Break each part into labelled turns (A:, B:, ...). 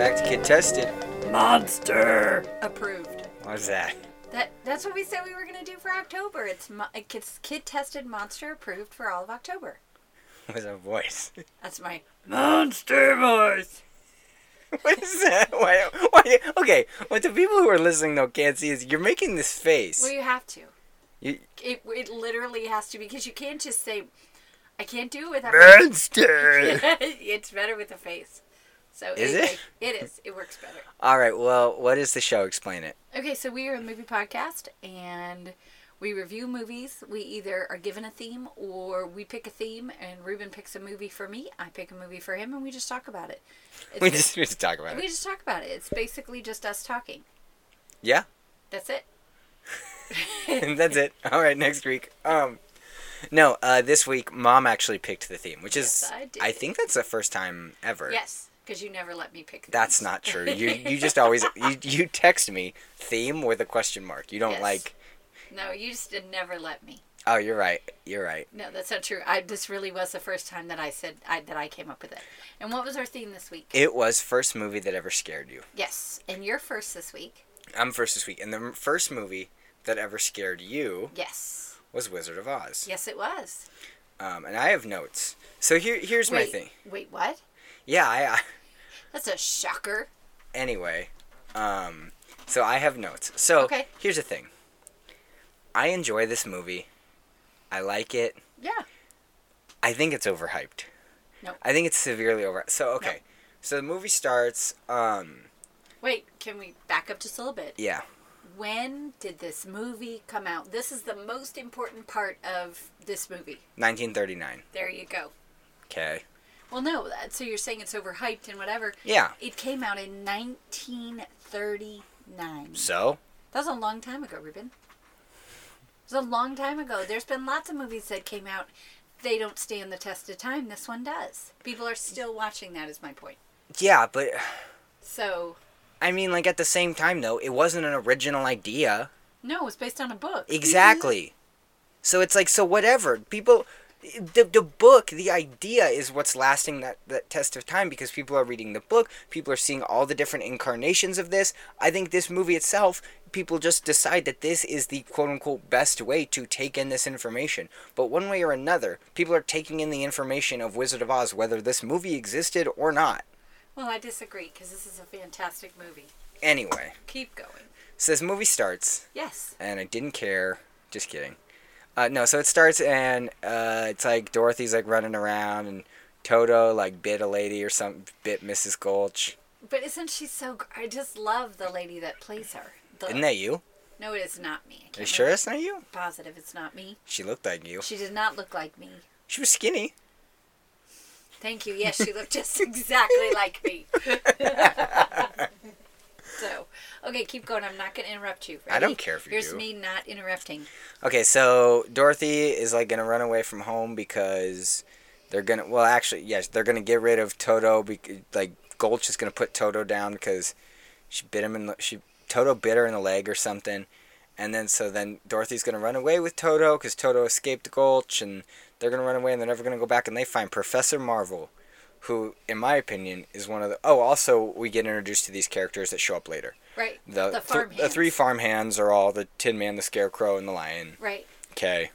A: tested.
B: Monster.
C: Approved.
A: What's that?
C: That that's what we said we were gonna do for October. It's mo- it's kid tested monster approved for all of October.
A: What's a voice?
C: That's my
B: Monster voice.
A: What is that? Why, why? Okay, what the people who are listening though can't see is you're making this face.
C: well. You have to.
A: You-
C: It it literally has to because you can't just say, I can't do it without.
A: Monster.
C: it's better with a face. So
A: Is it?
C: It is. It works better.
A: All right. Well, what is the show? Explain it.
C: Okay, so we are a movie podcast and we review movies. We either are given a theme or we pick a theme and Ruben picks a movie for me, I pick a movie for him, and we just talk about it. It's
A: We just we just talk about
C: we
A: it.
C: just talk about it. It's basically just us talking.
A: Yeah.
C: That's it.
A: And that's it. All right. Next week. Um. No, uh, this week mom actually picked the theme, which is
C: Yes, I did.
A: think that's the first time ever.
C: Yes, because you never let me pick.
A: That's
C: themes.
A: not true. You you just always you, you text me theme with a question mark. You don't
C: Yes.
A: like.
C: No, you just did never let me.
A: Oh, you're right. You're right.
C: No, that's not true. I this really was the first time that I said I, that I came up with it. And what was our theme this week?
A: It was first movie that ever scared you.
C: yes, and you're first this week.
A: I'm first this week, and the m- first movie that ever scared you
C: Yes,
A: was Wizard of Oz.
C: yes, it was.
A: Um, and I have notes. So here here's my
C: wait,
A: thing.
C: wait, what?
A: Yeah. I, I
C: That's a shocker.
A: anyway. Um, so I have notes. So
C: Okay.
A: here's the thing. I enjoy this movie. I like it.
C: Yeah.
A: I think it's overhyped.
C: No.
A: I think it's severely over. So okay. So the movie starts. Um,
C: Wait, can we back up just a little bit?
A: yeah.
C: When did this movie come out? This is the most important part of this movie.
A: 1939.
C: There you go.
A: Okay.
C: Well, no, that, so you're saying it's overhyped and whatever.
A: Yeah.
C: It came out in 1939.
A: So
C: That was a long time ago, Ruben. It was a long time ago. There's been lots of movies that came out. They don't stand the test of time. This one does. People are still watching that, is my point.
A: yeah, but
C: So,
A: I mean, like at the same time though, it wasn't an original idea.
C: no, it's based on a book.
A: Exactly. Mm-hmm. so it's like so whatever people. The, the book the idea is what's lasting that, that test of time because people are reading the book people are seeing all the different incarnations of this i think this movie itself people just decide that this is the quote unquote best way to take in this information but one way or another people are taking in the information of wizard of oz whether this movie existed or not
C: Well, I disagree because this is a fantastic movie.
A: anyway
C: Keep going.
A: so this movie starts
C: Yes.
A: and I didn't care. Just kidding. Uh, no, so it starts and uh, it's like Dorothy's like running around and Toto like bit a lady or something, bit Mrs. Gulch.
C: But isn't she so. gr- I just love the lady that plays her. The,
A: Isn't that you?
C: No, it is not me.
A: Are you
C: I can't remember-
A: sure it's not you?
C: Positive it's not me.
A: She looked like you.
C: She did not look like me.
A: She was skinny.
C: Thank you. Yes, she looked just exactly like me. so, okay, keep going. I'm not going to interrupt you.
A: I don't
C: Ready?
A: care if you
C: Here's
A: do.
C: me not interrupting.
A: Okay, so Dorothy is like gonna run away from home because they're gonna. Well, actually, yes, they're gonna get rid of Toto. Because, like Gulch is gonna put Toto down because she bit him in. the- She Toto bit her in the leg or something, and then so then Dorothy's gonna run away with Toto because Toto escaped Gulch, and they're gonna run away and they're never gonna go back. And they find Professor Marvel, who, in my opinion, is one of the. Oh, also we get introduced to these characters that show up later.
C: Right.
A: The,
C: the
A: th-
C: farm
A: the three farm hands are all the Tin Man, the Scarecrow, and the Lion.
C: Right.
A: Okay.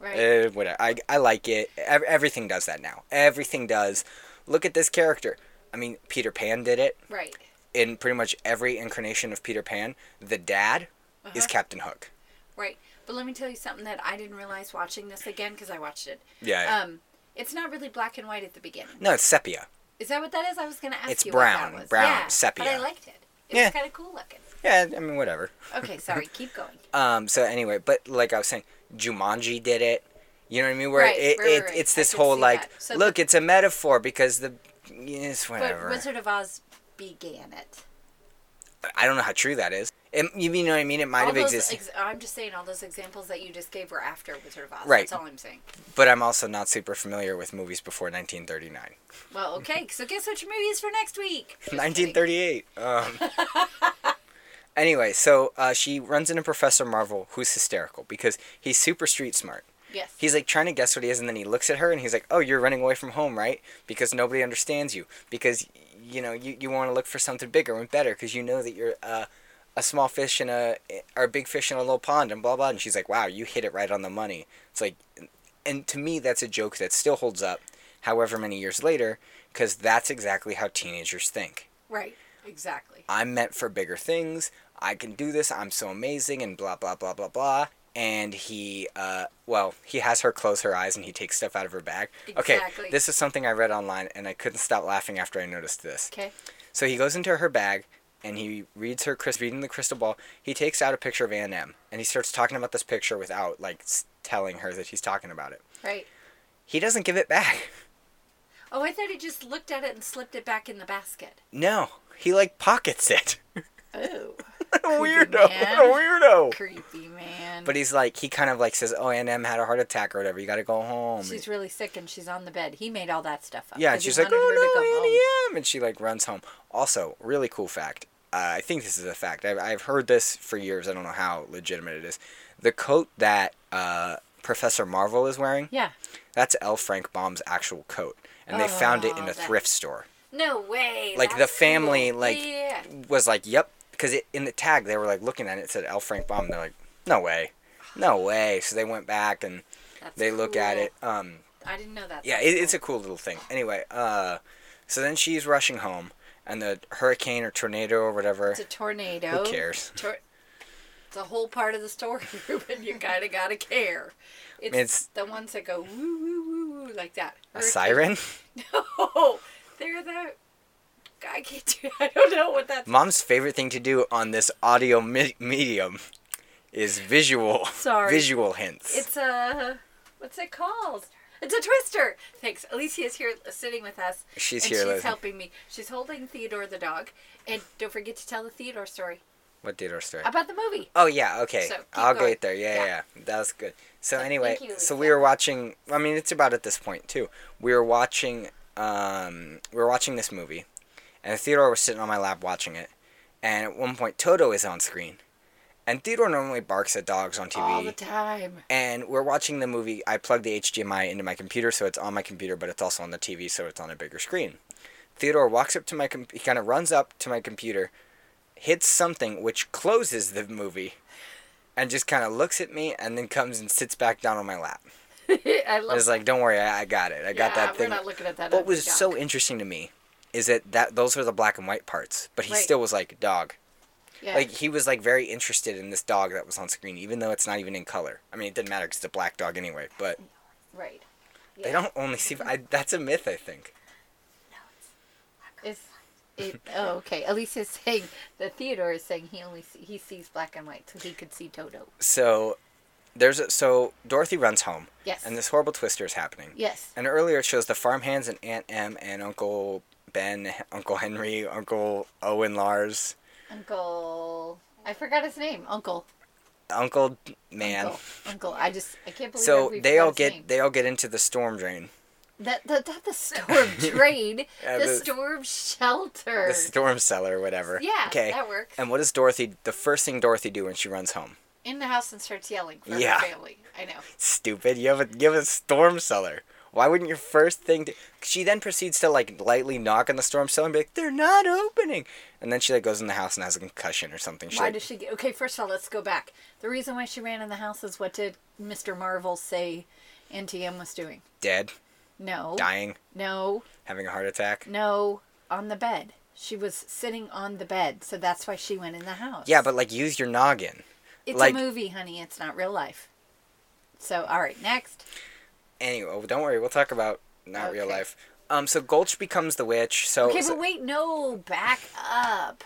C: Right.
A: Uh, whatever. I, I like it. Ev- everything does that now. Everything does. Look at this character. I mean, Peter Pan did it
C: right.
A: in pretty much every incarnation of Peter Pan. The dad
C: Uh-huh.
A: is Captain Hook.
C: Right. But let me tell you something that I didn't realize watching this again because I watched it.
A: Yeah. yeah.
C: Um, it's not really black and white at the beginning.
A: no, it's sepia.
C: Is that what that is? I was going to ask
A: It's
C: you.
A: brown,
C: What that was.
A: brown,
C: yeah,
A: sepia.
C: But I liked it. It
A: Yeah.
C: was kind of cool looking.
A: Yeah, I mean, whatever.
C: Okay, sorry. keep going.
A: Um. So anyway, but like I was saying, Jumanji did it. You know what I mean? Where
C: Right,
A: it,
C: right,
A: it
C: right,
A: it's
C: right. I
A: this
C: can
A: whole
C: see
A: like,
C: that. So
A: look, it's a metaphor because the yes,
C: But
A: whatever.
C: Wizard of Oz began it.
A: I don't know how true that is. It, you know what I mean? It might
C: All
A: have
C: those
A: existed.
C: ex- I'm just saying all those examples that you just gave were after Wizard of Oz.
A: Right.
C: That's all I'm saying.
A: but I'm also not super familiar with movies before 1939.
C: Well, okay. So guess what your movie is for next week? Just kidding.
A: 1938. Um, anyway, so uh, she runs into Professor Marvel, who's hysterical because he's super street smart.
C: Yes.
A: He's like trying to guess what he is, and then he looks at her and he's like, "Oh, you're running away from home, right? Because nobody understands you. Because you know you, you want to look for something bigger and better because you know that you're uh, a small fish in a eh, or a big fish in a little pond and blah blah and she's like wow you hit it right on the money it's like and to me that's a joke that still holds up however many years later because that's exactly how teenagers think
C: Right. Exactly.
A: i'm meant for bigger things i can do this i'm so amazing and blah blah blah blah blah and he uh, well he has her close her eyes and he takes stuff out of her bag
C: Exactly.
A: okay this is something i read online and i couldn't stop laughing after i noticed this
C: Okay.
A: so he goes into her bag and he reads her crisp reading the crystal ball. He takes out a picture of Ann M and he starts talking about this picture without like s- telling her that he's talking about it.
C: Right.
A: He doesn't give it back.
C: Oh, I thought he just looked at it and slipped it back in the basket.
A: No, he like pockets it.
C: Oh.
A: what a weirdo!
C: man.
A: What a weirdo!
C: Creepy man.
A: Mm-hmm. But he's like he kind of like says, "Oh, Ann M had a heart attack or whatever. You got to go home."
C: she's really sick and she's on the bed. He made all that stuff up.
A: Yeah,
C: 'cause
A: and
C: he
A: she's like,
C: wanted her to go
A: "Oh no,
C: home."
A: Annie M," and she like runs home. Also, really cool fact. Uh, I think this is a fact. I've, I've heard this for years. I don't know how legitimate it is. The coat that uh, Professor Marvel is wearing,
C: Yeah.
A: that's L. Frank Baum's actual coat, and they found it in a
C: Oh, that-
A: thrift store.
C: No way.
A: Like the
C: that's
A: family,
C: cool.
A: like
C: Yeah.
A: was like, "Yep," because it, in the tag they were like looking at it, it said L. Frank Baum. They're like, "No way, no way." So they went back and
C: That's
A: they look at
C: cool.
A: it. Um,
C: I didn't know that.
A: yeah,
C: That's
A: it, it's a
C: cool.
A: cool little thing. Anyway, uh, so then she's rushing home, and the hurricane or tornado or whatever.
C: It's a tornado.
A: Who cares?
C: Tor- it's a whole part of the story, Ruben. You kind of gotta care. It's,
A: It's-
C: the ones that go woo woo woo woo like that.
A: A
C: Hurricane-
A: siren?
C: No, they're the. I can't do. I don't know what that's.
A: Mom's favorite thing to do on this audio me- medium is visual.
C: Sorry.
A: Visual hints.
C: It's a. What's it called? It's a twister. Thanks. Alicia is here sitting with us.
A: She's
C: and
A: here,
C: She's
A: Leslie.
C: helping me. She's holding Theodore the dog. And don't forget to tell the Theodore story
A: what did our story?
C: about the movie.
A: Oh yeah, okay.
C: So, keep
A: I'll
C: going.
A: get there. Yeah, yeah,
C: Yeah.
A: yeah. That was good. So anyway,
C: thank you,
A: so
C: Lisa.
A: we were watching. I mean, it's about at this point too. We were watching. Um, we were watching this movie, and Theodore was sitting on my lap watching it. And at one point, Toto is on screen, and Theodore normally barks at dogs on TV.
C: All the time.
A: and we're watching the movie. I plugged the HDMI into my computer, so it's on my computer, but it's also on the TV, so it's on a bigger screen. Theodore walks up to my com- he kind of runs up to my computer, hits something which closes the movie, and just kind of looks at me, and then comes and sits back down on my lap.
C: I
A: I
C: love
A: was like, "Don't worry, I, I got it. I got
C: Yeah,
A: that thing."
C: We're not looking at that.
A: what
C: other
A: was
C: junk.
A: so interesting to me is that that those are the black and white parts, but he
C: Right.
A: still was like, "Dog."
C: yeah.
A: Like he was like very interested in this dog that was on screen, even though it's not even in color. I mean, it didn't matter because it's a black dog anyway. But
C: right.
A: they don't only see. I, that's a myth, I think.
C: It's it. Oh, okay. Elise is saying that Theodore is saying he only see, he sees black and white, so he could see Toto.
A: So there's a, so Dorothy runs home,
C: Yes.
A: and this horrible twister is happening.
C: yes.
A: And earlier it shows the farmhands and Aunt Em and Uncle Ben, Uncle Henry, Uncle Owen Lars,
C: Uncle. I forgot his name. Uncle.
A: Uncle Man.
C: Uncle. Uncle. I just I can't believe.
A: So
C: I- we
A: they all
C: forgot his
A: get
C: name.
A: they all get into the storm drain,
C: that the that the storm drain,
A: Yeah,
C: the,
A: the-
C: storm shelter.
A: the storm cellar, whatever.
C: yeah.
A: Okay.
C: That works.
A: And what does Dorothy? The first thing Dorothy do when she runs home?
C: In the house and starts yelling for
A: Yeah.
C: her family. I know.
A: Stupid. You have a you have a storm cellar. Why wouldn't your first thing to she then proceeds to like lightly knock on the storm cellar and be like, They're not opening and then she like goes in the house and has a concussion or something. She,
C: Why
A: like,
C: does she get? Okay, first of all, let's go back. The reason why she ran in the house is what did Mr. Marvel say NTM was doing?
A: dead,
C: No.
A: dying,
C: No.
A: having a heart attack.
C: No. On the bed. She was sitting on the bed, so that's why she went in the house.
A: Yeah, but like use your noggin.
C: it's
A: like-
C: a movie, honey. It's not real life. So, all right, next.
A: Anyway, oh, don't worry, we'll talk about not real
C: Okay.
A: life. Um so Gulch becomes the witch, so,
C: Okay,
A: Oh, so
C: but wait, no, back up.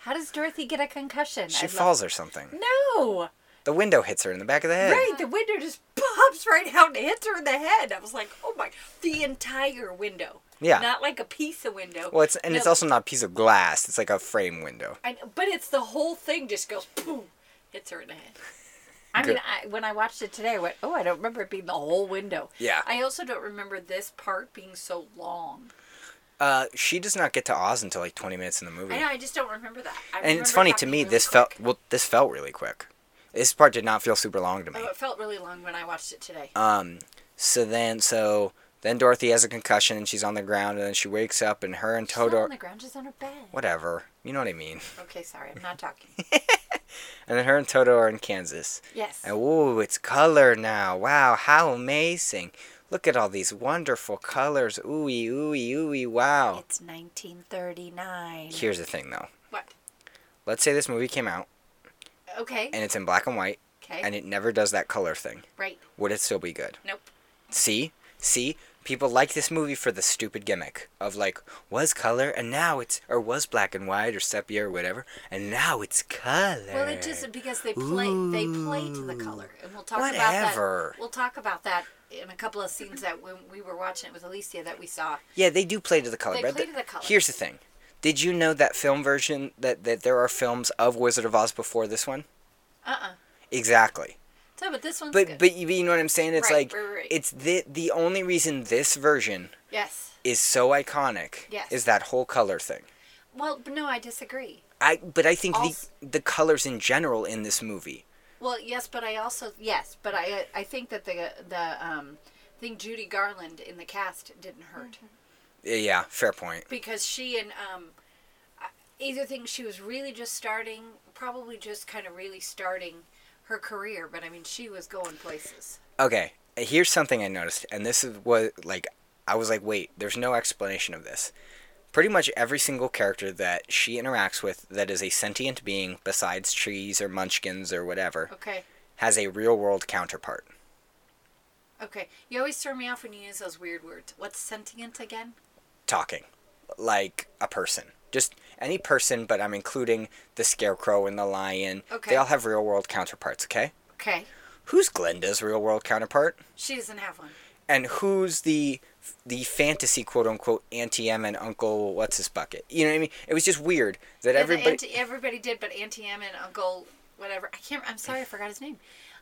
C: How does Dorothy get a concussion?
A: she
C: I'd love-
A: falls or something.
C: No.
A: The window hits her in the back of the head.
C: Right, the window just pops right out and hits her in the head. I was like, oh my, the entire window.
A: Yeah.
C: Not like a piece of window.
A: Well it's and it's
C: No,
A: also not a piece of glass, it's like a frame window.
C: I, know, but it's the whole thing just goes boom, hits her in the head. I mean,
A: Good.
C: I, when I watched it today, I went, oh, I don't remember it being the whole window.
A: Yeah.
C: I also don't remember this part being so long.
A: Uh she does not get to Oz until like twenty minutes in the movie.
C: I know, I just don't remember that. I
A: Hmm. And it's
C: remember it
A: funny to
C: happening
A: me.
C: really
A: This
C: quick.
A: felt well. This felt really quick. This part did not feel super long to me. Uh,
C: Oh, it felt really long when I watched it today.
A: Um. So then, so Then Dorothy has a concussion and she's on the ground, and then she wakes up and her and
C: She's not
A: Toto.
C: on the ground. She's on her bed.
A: whatever. You know what I mean.
C: Okay, sorry. I'm not talking.
A: And then her and Toto are in Kansas.
C: Yes.
A: And ooh, it's color now. Wow, how amazing. Look at all these wonderful colors. Ooey, ooey, ooey, wow.
C: It's 1939.
A: Here's the thing though.
C: What?
A: Let's say this movie came out
C: Okay.
A: and it's in black and white
C: Okay.
A: and it never does that color thing.
C: right.
A: Would it still be good?
C: Nope.
A: See? See? People like this movie for the stupid gimmick of like, was color and now it's, or was black and white or sepia or whatever, and now it's color.
C: Well, it just because they play they play to the color, and we'll talk about
A: Whatever.
C: that. We'll talk about that in a couple of scenes that when we were watching it with Alicia that we saw.
A: Yeah, they do play to the color.
C: They
A: but
C: play
A: the-
C: to the color.
A: Here's the thing. Did you know that film version that, that there are films of Wizard of Oz before this one?
C: Uh uh
A: Exactly.
C: So, but this one's
A: But
C: good.
A: but you, you know what I'm saying? It's
C: Right,
A: like
C: right, right.
A: it's the the only reason this version
C: yes.
A: is so iconic
C: Yes.
A: is that whole color thing.
C: Well, but no, I disagree.
A: I but I think
C: Also-
A: the the colors in general in this movie.
C: Well, yes, but I also yes, but I I think that the the um thing Judy Garland in the cast didn't hurt
A: Mm-hmm. Yeah, fair point.
C: because she and um I- either thing she was really just starting, probably just kind of really starting her career, but I mean she was going places.
A: Okay, here's something I noticed, and this is what like I was like, wait, there's no explanation of this. Pretty much every single character that she interacts with that is a sentient being besides trees or munchkins or whatever
C: Okay.
A: has a real world counterpart.
C: Okay. You always throw me off when you use those weird words. What's sentient again?
A: talking like a person just any person but i'm including the scarecrow and the lion
C: Okay.
A: they all have real world counterparts okay
C: Okay.
A: who's glenda's real world counterpart
C: She doesn't have one.
A: and who's the the fantasy quote unquote auntie em and uncle what's his bucket you know what i mean it was just weird that
C: Yeah, the
A: everybody
C: auntie- everybody did, but Auntie Em and Uncle whatever. I can't. I'm sorry, I forgot his name.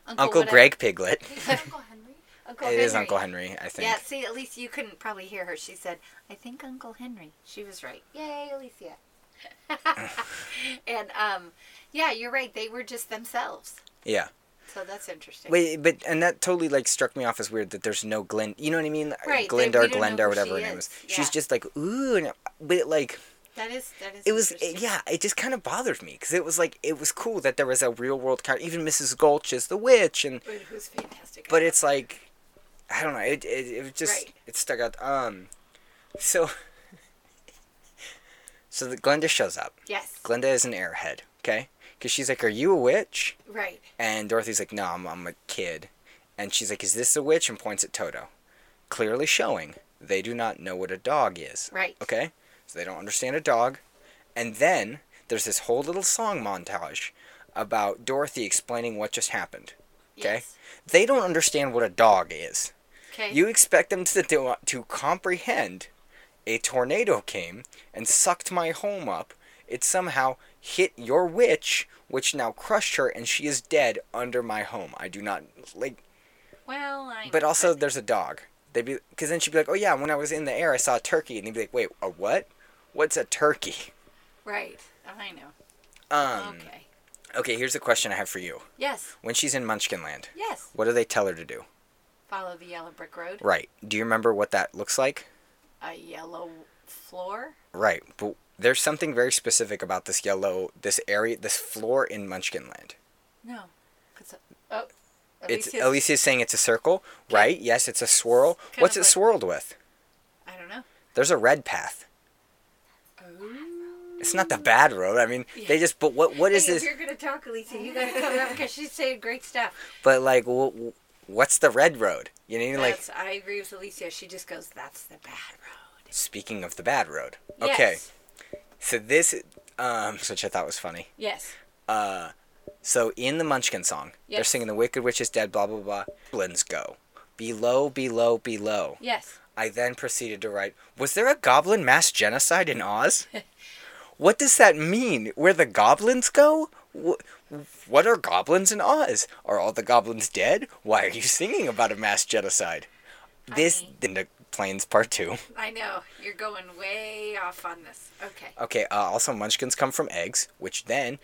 A: uncle
C: whatever-
A: greg piglet
D: Uncle Henry?
C: Uncle
A: it is
C: Henry.
A: uncle henry i think
C: Yeah, see, at least you couldn't probably hear her. She said, I think Uncle Henry. She was right. Yay, Alicia. and, um, yeah, you're right. They were just themselves.
A: yeah
C: So that's interesting.
A: wait but and that totally like struck me off as weird that there's no Glen. You know what I mean?
C: Right,
A: Glinda
C: they- we
A: or
C: don't know
A: Glenda
C: who
A: or whatever
C: she
A: her name
C: is.
A: is.
C: Yeah.
A: She's just like ooh, and, but like
C: that is, that is,
A: it was
C: interesting.
A: yeah it just kind of bothered me because it was like it was cool that there was a real world kind even mrs gulch is the witch and
C: But it was fantastic.
A: but it's like i don't know it it, it was just
C: Right.
A: it stuck out um so so the glenda shows up
C: Yes.
A: glenda is an airhead okay because she's like are you a witch
C: Right.
A: and dorothy's like no I'm, I'm a kid and she's like is this a witch and points at toto clearly showing they do not know what a dog is
C: Right.
A: Okay? So they don't understand a dog. And then there's this whole little song montage about Dorothy explaining what just happened. Okay?
C: Yes.
A: They don't understand what a dog is.
C: Okay.
A: You expect them to, to, to comprehend a tornado came and sucked my home up. It somehow hit your witch, which now crushed her, and she is dead under my home. I do not like.
C: well, I.
A: But also, there's a dog. They'd be because then she'd be like, "Oh yeah, when I was in the air, I saw a turkey," and they'd be like, "Wait, a what? What's a turkey?"
C: Right. I know.
A: Um, okay.
C: okay.
A: here's a question I have for you.
C: Yes.
A: When she's in Munchkinland,
C: Yes.
A: what do they tell her to do?
C: Follow the yellow brick road.
A: Right. Do you remember what that looks like?
C: A yellow floor.
A: Right. But there's something very specific about this yellow, this area, this floor in Munchkinland.
C: No. 'Cause, oh.
A: It's
C: Alicia's-
A: Alicia's saying it's a circle, right? Yes, it's a swirl.
C: Kind
A: What's
C: of
A: it
C: like-
A: swirled with?
C: I don't know.
A: There's a red path. It's not the bad road. I mean, they just. But what? What is
C: Hey, Oh, if
A: this?
C: you're gonna talk, Alicia, you gotta cover up because she's saying great stuff.
A: But like, wh- wh- what's the red road? You know, like
C: That's, I agree with Alicia. She just goes, "That's the bad road."
A: speaking of the bad road. Okay.
C: Yes.
A: So this, um, which I thought was funny. uh,
C: yes.
A: So in the Munchkin song, they're
C: Yes.
A: singing "The Wicked Witch is Dead," blah blah blah. Goblins go below, below, below.
C: Yes.
A: I then proceeded to write: Was there a goblin mass genocide in Oz? what does that mean? Where the goblins go? Wh- What are goblins in Oz? Are all the goblins dead? Why are you singing about a mass genocide? This
C: Honey.
A: in the Plains Part Two.
C: I know you're going way off on this. Okay.
A: Okay, uh, also munchkins come from eggs, which then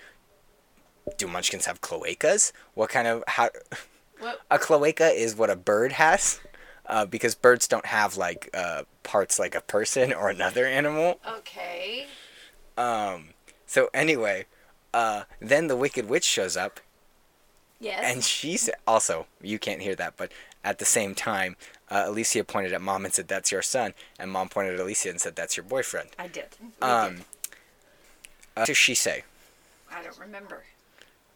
A: do munchkins have cloacas? What kind of how
C: Well,
A: a cloaca is what a bird has. uh, because birds don't have like uh, parts like a person or another animal.
C: Okay.
A: Um, so anyway, uh, then the Wicked Witch shows up,
C: Yes.
A: and she sa- also you can't hear that, but at the same time, uh, Alicia pointed at mom and said, "That's your son," and mom pointed at Alicia and said, "That's your boyfriend."
C: I did. We
A: Um, uh,
C: did.
A: what does she say?
C: I don't remember.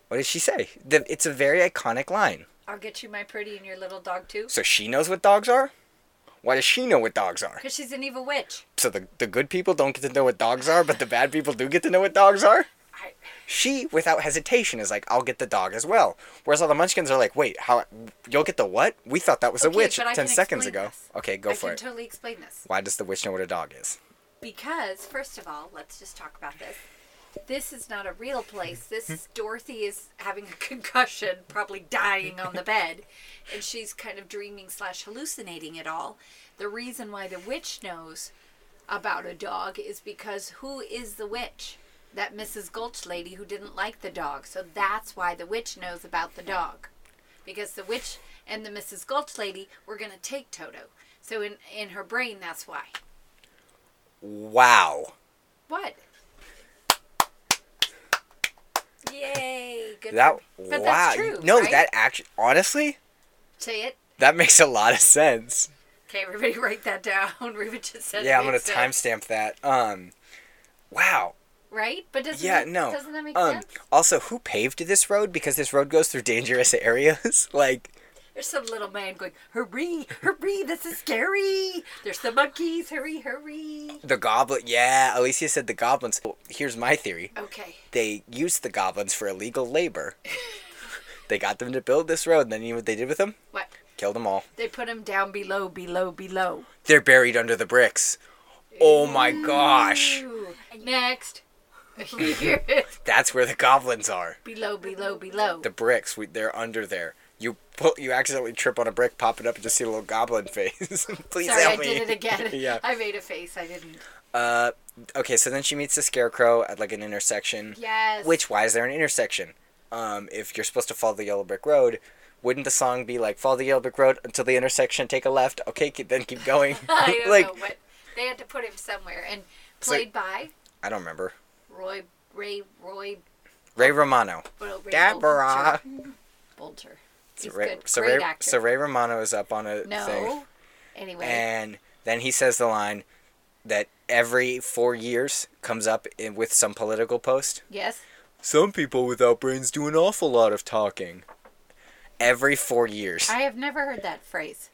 A: What does she say? The, it's a very iconic line.
C: I'll get you my pretty and your little dog too.
A: So she knows what dogs are. Why does she know what dogs are?
C: Because she's an evil witch.
A: So the the good people don't get to know what dogs are, but the bad people do get to know what dogs are.
C: I,
A: She, without hesitation, is like, "I'll get the dog as well." Whereas all the Munchkins are like, "Wait, how? You'll get the what? We thought that was a
C: Okay,
A: witch
C: but I
A: ten
C: can
A: seconds
C: explain
A: ago."
C: this.
A: Okay, go
C: I
A: for
C: can
A: it.
C: totally explain this.
A: Why does the witch know what a dog is?
C: Because, first of all, let's just talk about this. This is not a real place. This is Dorothy is having a concussion, probably dying on the bed, and she's kind of dreaming slash hallucinating it all. The reason why the witch knows about a dog is because who is the witch? That Mrs. Gulch lady who didn't like the dog. So that's why the witch knows about the dog. Because the witch and the Mrs. Gulch lady were going to take Toto. So in, in her brain, that's why.
A: Wow.
C: What? Yay! Good
A: That
C: for me. But
A: wow.
C: that's true.
A: no,
C: right?
A: that actually, honestly,
C: say it.
A: that makes a lot of sense.
C: Okay, everybody, write that down. Ruben just said. it
A: yeah, I'm gonna
C: makes sense.
A: timestamp that. Um, wow.
C: Right, but doesn't
A: Yeah,
C: it-
A: no.
C: doesn't that make
A: um,
C: sense?
A: Also, who paved this road? Because this road goes through dangerous areas. like,
C: There's some little man going, hurry, hurry, this is scary. There's the monkeys, hurry, hurry.
A: the goblin. Yeah, Alicia said the goblins. Well, here's my theory
C: Okay,
A: they used the goblins for illegal labor. they got them to build this road, and then you know what they did with them?
C: what?
A: Killed them all.
C: They put him down below, below, below.
A: They're buried under the bricks. Oh my gosh.
C: Ooh, next. Here it is.
A: That's where the goblins are.
C: below, below, below.
A: The bricks, we, they're under there. You pull, you accidentally trip on a brick, pop it up, and just see a little goblin face. Please
C: Sorry, I
A: help me.
C: did it again.
A: yeah.
C: I made a face. I didn't.
A: Uh, okay, so then she meets the scarecrow at like an intersection.
C: Yes.
A: Which why is there an intersection? Um, if you're supposed to follow the yellow brick road, wouldn't the song be like follow the yellow brick road until the intersection, take a left, okay, keep, then keep going?
C: I don't
A: like
C: know, but they had to put him somewhere, and
A: It's like-
C: played by
A: I don't remember.
C: Roy Ray Roy.
A: Ray Romano.
C: Well, Ray
A: Deborah.
C: Bolter. Bolter.
A: So
C: He's
A: Ray,
C: good.
A: so
C: Great
A: Ray,
C: actor.
A: so Ray Romano is up on a
C: no.
A: thing,
C: Anyway,
A: and then he says the line that every four years comes up in, with some political post.
C: yes,
A: Some people without brains do an awful lot of talking. Every four years.
C: I have never heard that phrase.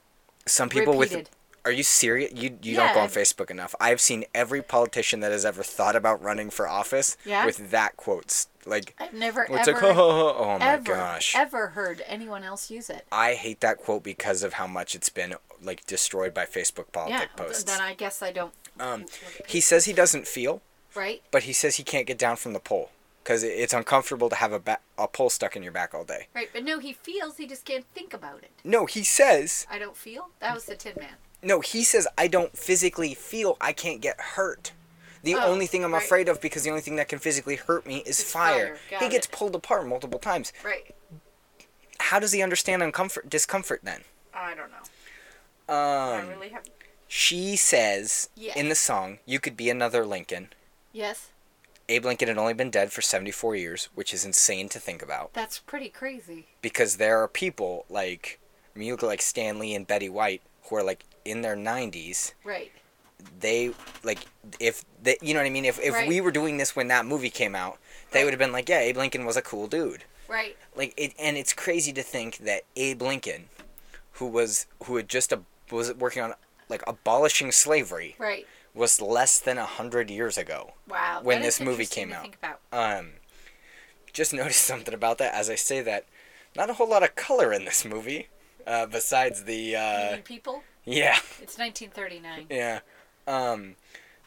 A: Some people
C: repeated.
A: with. Are you serious? You you don't go
C: Yeah.
A: on Facebook enough. I've seen every politician that has ever thought about running for office
C: Yeah.
A: with that quotes. Like
C: I've never
A: it's
C: ever
A: like oh, oh, oh, oh my
C: ever
A: gosh.
C: ever heard anyone else use it.
A: I hate that quote because of how much it's been like destroyed by Facebook politic
C: Yeah.
A: posts.
C: Then I guess I don't.
A: um, he says he doesn't feel,
C: Right.
A: but he says he can't get down from the pole because it's uncomfortable to have a ba- a pole stuck in your back all day.
C: Right. But no, he feels. He just can't think about it.
A: No, he says
C: I don't feel. That was the Tin Man.
A: No, he says I don't physically feel I can't get hurt. The
C: Oh,
A: only thing I'm
C: right.
A: afraid of because the only thing that can physically hurt me is fire.
C: fire, got
A: He gets
C: it.
A: pulled apart multiple times.
C: Right.
A: How does he understand uncomfort discomfort then?
C: I don't know. I
A: Um,
C: really have.
A: she says
C: Yeah.
A: in the song, "You could be another Lincoln."
C: Yes.
A: Abe Lincoln had only been dead for 74 years, which is insane to think about
C: That's pretty crazy.
A: because there are people like I mean, you look at like Stanley and Betty White who are like in their 90s
C: Right.
A: they like if they, you know what I mean. If if
C: Right.
A: we were doing this when that movie came out, they would have been like, yeah, Abe Lincoln was a cool dude.
C: Right.
A: Like it, and it's crazy to think that Abe Lincoln, who was who had just a, was working on like abolishing slavery,
C: Right.
A: was less than a hundred years ago.
C: Wow.
A: When
C: that is
A: this movie
C: interesting
A: came
C: to
A: out.
C: Think about.
A: Um, just noticed something about that as I say that. Not a whole lot of color in this movie, uh, besides the uh,
C: Million people.
A: yeah.
C: It's 1939.
A: Yeah. Um,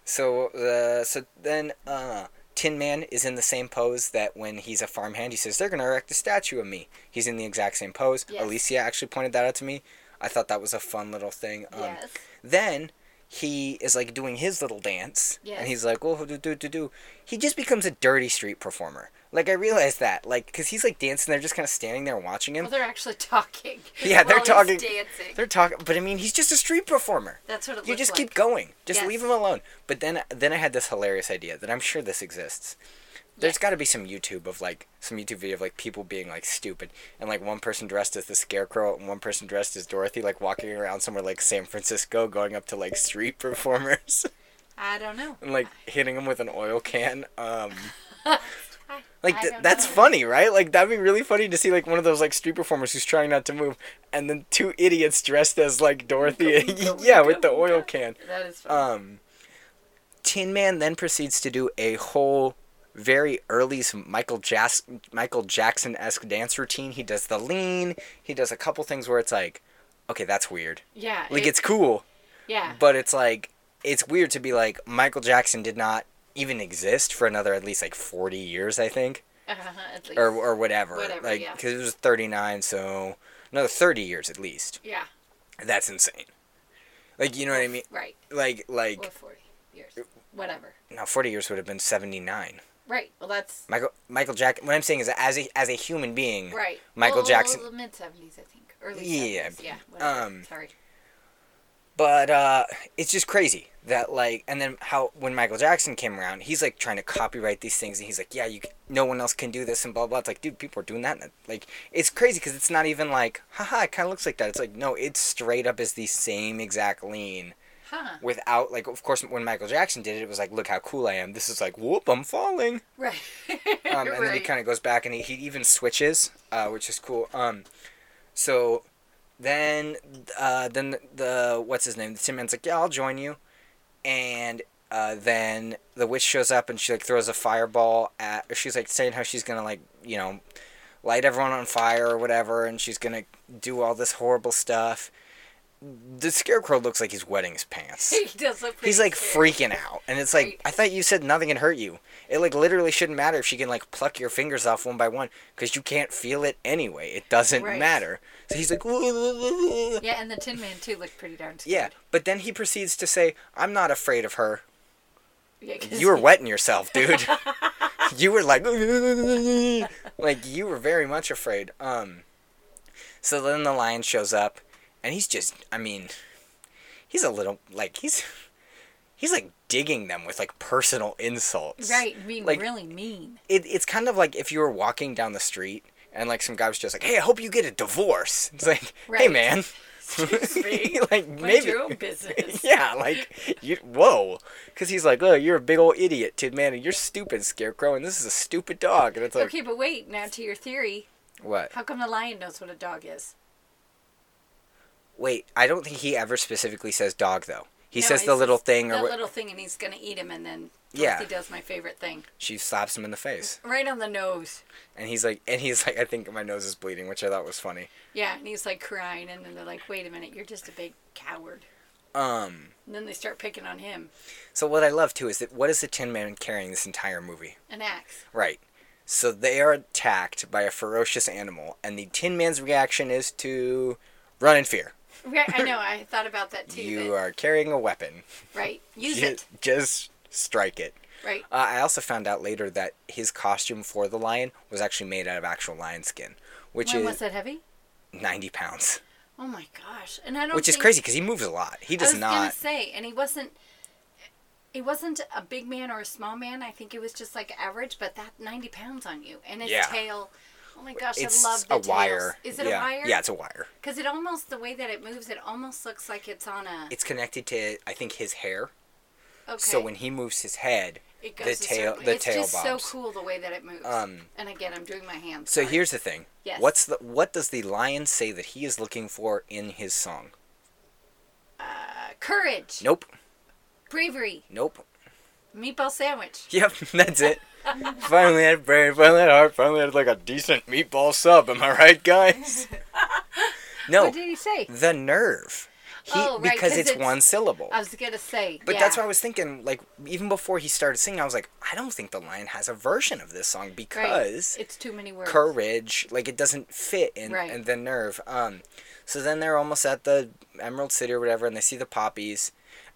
A: so uh, so then uh, Tin Man is in the same pose that when he's a farmhand, he says they're gonna erect a statue of me. He's in the exact same pose.
C: Yes.
A: Alicia actually pointed that out to me. I thought that was a fun little thing. Um,
C: yes.
A: Then he is like doing his little dance,
C: Yes.
A: and he's like, "Oh, do do do do." He just becomes a dirty street performer. Like I realized that, like, cause he's like dancing, they're just kind of standing there watching him.
C: Well, they're actually talking.
A: yeah, they're
C: while he's
A: talking.
C: dancing.
A: They're talking, but I mean, he's just a street performer.
C: That's what it
A: You
C: looked
A: just
C: like.
A: keep going. Just
C: Yes.
A: leave him alone. But then, then I had this hilarious idea that I'm sure this exists. There's
C: Yes.
A: got to be some YouTube of like some YouTube video of like people being like stupid and like one person dressed as the scarecrow and one person dressed as Dorothy like walking around somewhere like San Francisco going up to like street performers
C: I don't know.
A: and like hitting them with an oil can. Um,
C: I-
A: like
C: I
A: th-
C: don't
A: that's
C: know.
A: funny, right? Like that'd be really funny to see like one of those like street performers who's trying not to move and then two idiots dressed as like Dorothy. yeah, with the oil can.
C: That is funny.
A: Um, Tin Man then proceeds to do a whole very early s- Michael Jas- Michael Jackson esque dance routine. He does the lean. He does a couple things where it's like, okay, that's weird.
C: yeah.
A: Like
C: it-
A: it's cool,
C: yeah.
A: but it's like it's weird to be like Michael Jackson did not even exist for another at least like 40 years I think
C: uh-huh, at least.
A: or or whatever,
C: Whatever,
A: like
C: yeah.
A: cuz it was 39 so another 30 years at least
C: yeah.
A: that's insane like you know what I mean
C: Right.
A: like like
C: Or forty years. Whatever.
A: no 40 years would have been 79
C: Right. Well, that's
A: Michael Michael Jack. What I'm saying is, as a as a human being,
C: right.
A: Michael
C: Well,
A: Jackson.
C: Mid seventies, I think. Early
A: Yeah,
C: 70s. Yeah. Whatever.
A: um,
C: Sorry.
A: But uh, it's just crazy that like, and then how when Michael Jackson came around, he's like trying to copyright these things, and he's like, yeah, you c- no one else can do this, and blah blah. It's like, dude, people are doing that, and like, it's crazy because it's not even like, haha, it kind of looks like that. It's like, no, it's straight up is the same exact lean
C: Huh.
A: without like, of course, when Michael Jackson did it, it was like, look how cool I am. This is like, whoop, I'm falling.
C: Right.
A: um, and then he kind of goes back and he, he even switches, uh, which is cool. Um, so then uh, then the what's his name? The Tin Man's like, yeah, I'll join you, and uh, then the witch shows up and she like throws a fireball at. Or she's like saying how she's gonna like you know light everyone on fire or whatever, and she's gonna do all this horrible stuff. The scarecrow looks like he's wetting his pants.
C: He does look. pretty
A: He's like
C: scary.
A: freaking out, and it's like
C: Right.
A: I thought you said nothing can hurt you. It like literally shouldn't matter if she can like pluck your fingers off one by one because you can't feel it anyway. It doesn't
C: Right.
A: matter. So he's like, yeah.
C: Yeah, and the Tin Man too looked pretty darn
A: yeah.
C: scared.
A: But then he proceeds to say, "I'm not afraid of her.
C: Yeah. 'cause
A: You were
C: he-
A: wetting yourself, dude. you were like, like you were very much afraid." Um. So then the lion shows up, and he's just, I mean, he's a little like he's. He's like digging them with like personal insults.
C: Right. Being
A: Like-
C: really mean.
A: it, it's kind of like if you were walking down the street and like some guy was just like, "Hey, I hope you get a divorce." It's like, "Hey,
C: Right.
A: man."
C: Excuse me.
A: like
C: Mind
A: maybe.
C: your own business.
A: yeah, like you, whoa, because he's like, "Oh, you're a big old idiot, Tin Man, and you're stupid, Scarecrow, and this is a stupid dog." And it's like,
C: Okay, but wait. Now to your theory.
A: what?
C: How come the lion knows what a dog is?
A: Wait, I don't think he ever specifically says dog though. He
C: No,
A: says
C: it's
A: the little
C: just
A: thing, or
C: that
A: what,
C: little thing, and he's gonna eat him, and then
A: Yeah.
C: Dorothy does my favorite thing,
A: she slaps him in the face,
C: right on the nose.
A: and he's like, and he's like, "I think my nose is bleeding," which I thought was funny.
C: Yeah, and he's like crying, and then they're like, "Wait a minute, you're just a big coward."
A: Um.
C: And then they start picking on him,
A: So what I love too is that what is the Tin Man carrying this entire movie?
C: an axe.
A: Right. So they are attacked by a ferocious animal, and the Tin Man's reaction is to run in fear.
C: Right, I know. I thought about that too.
A: You
C: that-
A: are carrying a weapon.
C: right. Use
A: Ju-
C: it.
A: Just strike it.
C: Right.
A: Uh, I also found out later that his costume for the lion was actually made out of actual lion skin, which
C: when was
A: is
C: that heavy?
A: 90 pounds.
C: Oh my gosh! And I don't.
A: Which is
C: think-
A: crazy because he moves a lot. He
C: I
A: does
C: was gonna
A: not.
C: say, and he wasn't. He wasn't a big man or a small man. I think it was just like average. But that ninety pounds on you, and his
A: Yeah.
C: tail. Oh my gosh!
A: It's
C: I love the
A: a
C: tails.
A: wire.
C: Is it
A: yeah.
C: a wire?
A: Yeah, it's a wire.
C: Because it almost the way that it moves, it almost looks like it's on a.
A: It's connected to, I think, his hair.
C: Okay.
A: So when he moves his head,
C: it
A: the
C: goes a
A: tail-
C: certain-
A: the
C: it's
A: tail
C: just
A: bobs.
C: so cool the way that it moves.
A: Um,
C: and again, I'm doing my hands.
A: So
C: sorry.
A: here's the thing.
C: Yes.
A: What's the what does the lion say that he is looking for in his song?
C: uh, courage,
A: Nope.
C: bravery,
A: Nope.
C: meatball sandwich.
A: Yep, that's it. finally had bread, finally had heart, finally had like a decent meatball sub, am I right, guys? no.
C: What did he say?
A: The nerve. He,
C: Oh, right,
A: because
C: 'cause
A: it's,
C: it's-
A: one syllable.
C: I was gonna say.
A: but
C: yeah.
A: that's what I was thinking, like even before he started singing, I was like, I don't think the lion has a version of this song
C: right.
A: because
C: it's too many words.
A: courage like it doesn't fit in
C: Right.
A: and the nerve um so then they're almost at the emerald city or whatever and they see the poppies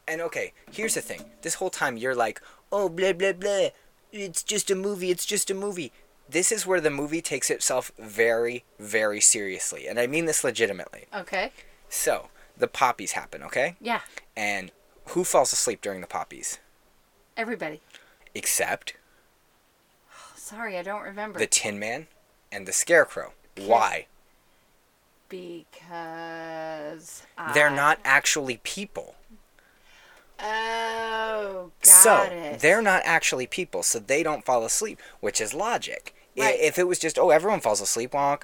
A: and okay, here's the thing. This whole time you're like, oh blah blah blah, it's just a movie. It's just a movie. This is where the movie takes itself very very seriously, and I mean this legitimately.
C: Okay.
A: So the poppies happen, okay?
C: Yeah.
A: And who falls asleep during the poppies?
C: Everybody.
A: Except
C: Sorry, I don't remember.
A: the Tin Man and the Scarecrow. Why?
C: because I...
A: They're not actually people.
C: Oh, got
A: so
C: it.
A: they're not actually people, so they don't fall asleep, which is logic. I-
C: Right.
A: If it was just oh everyone falls asleep, wonk,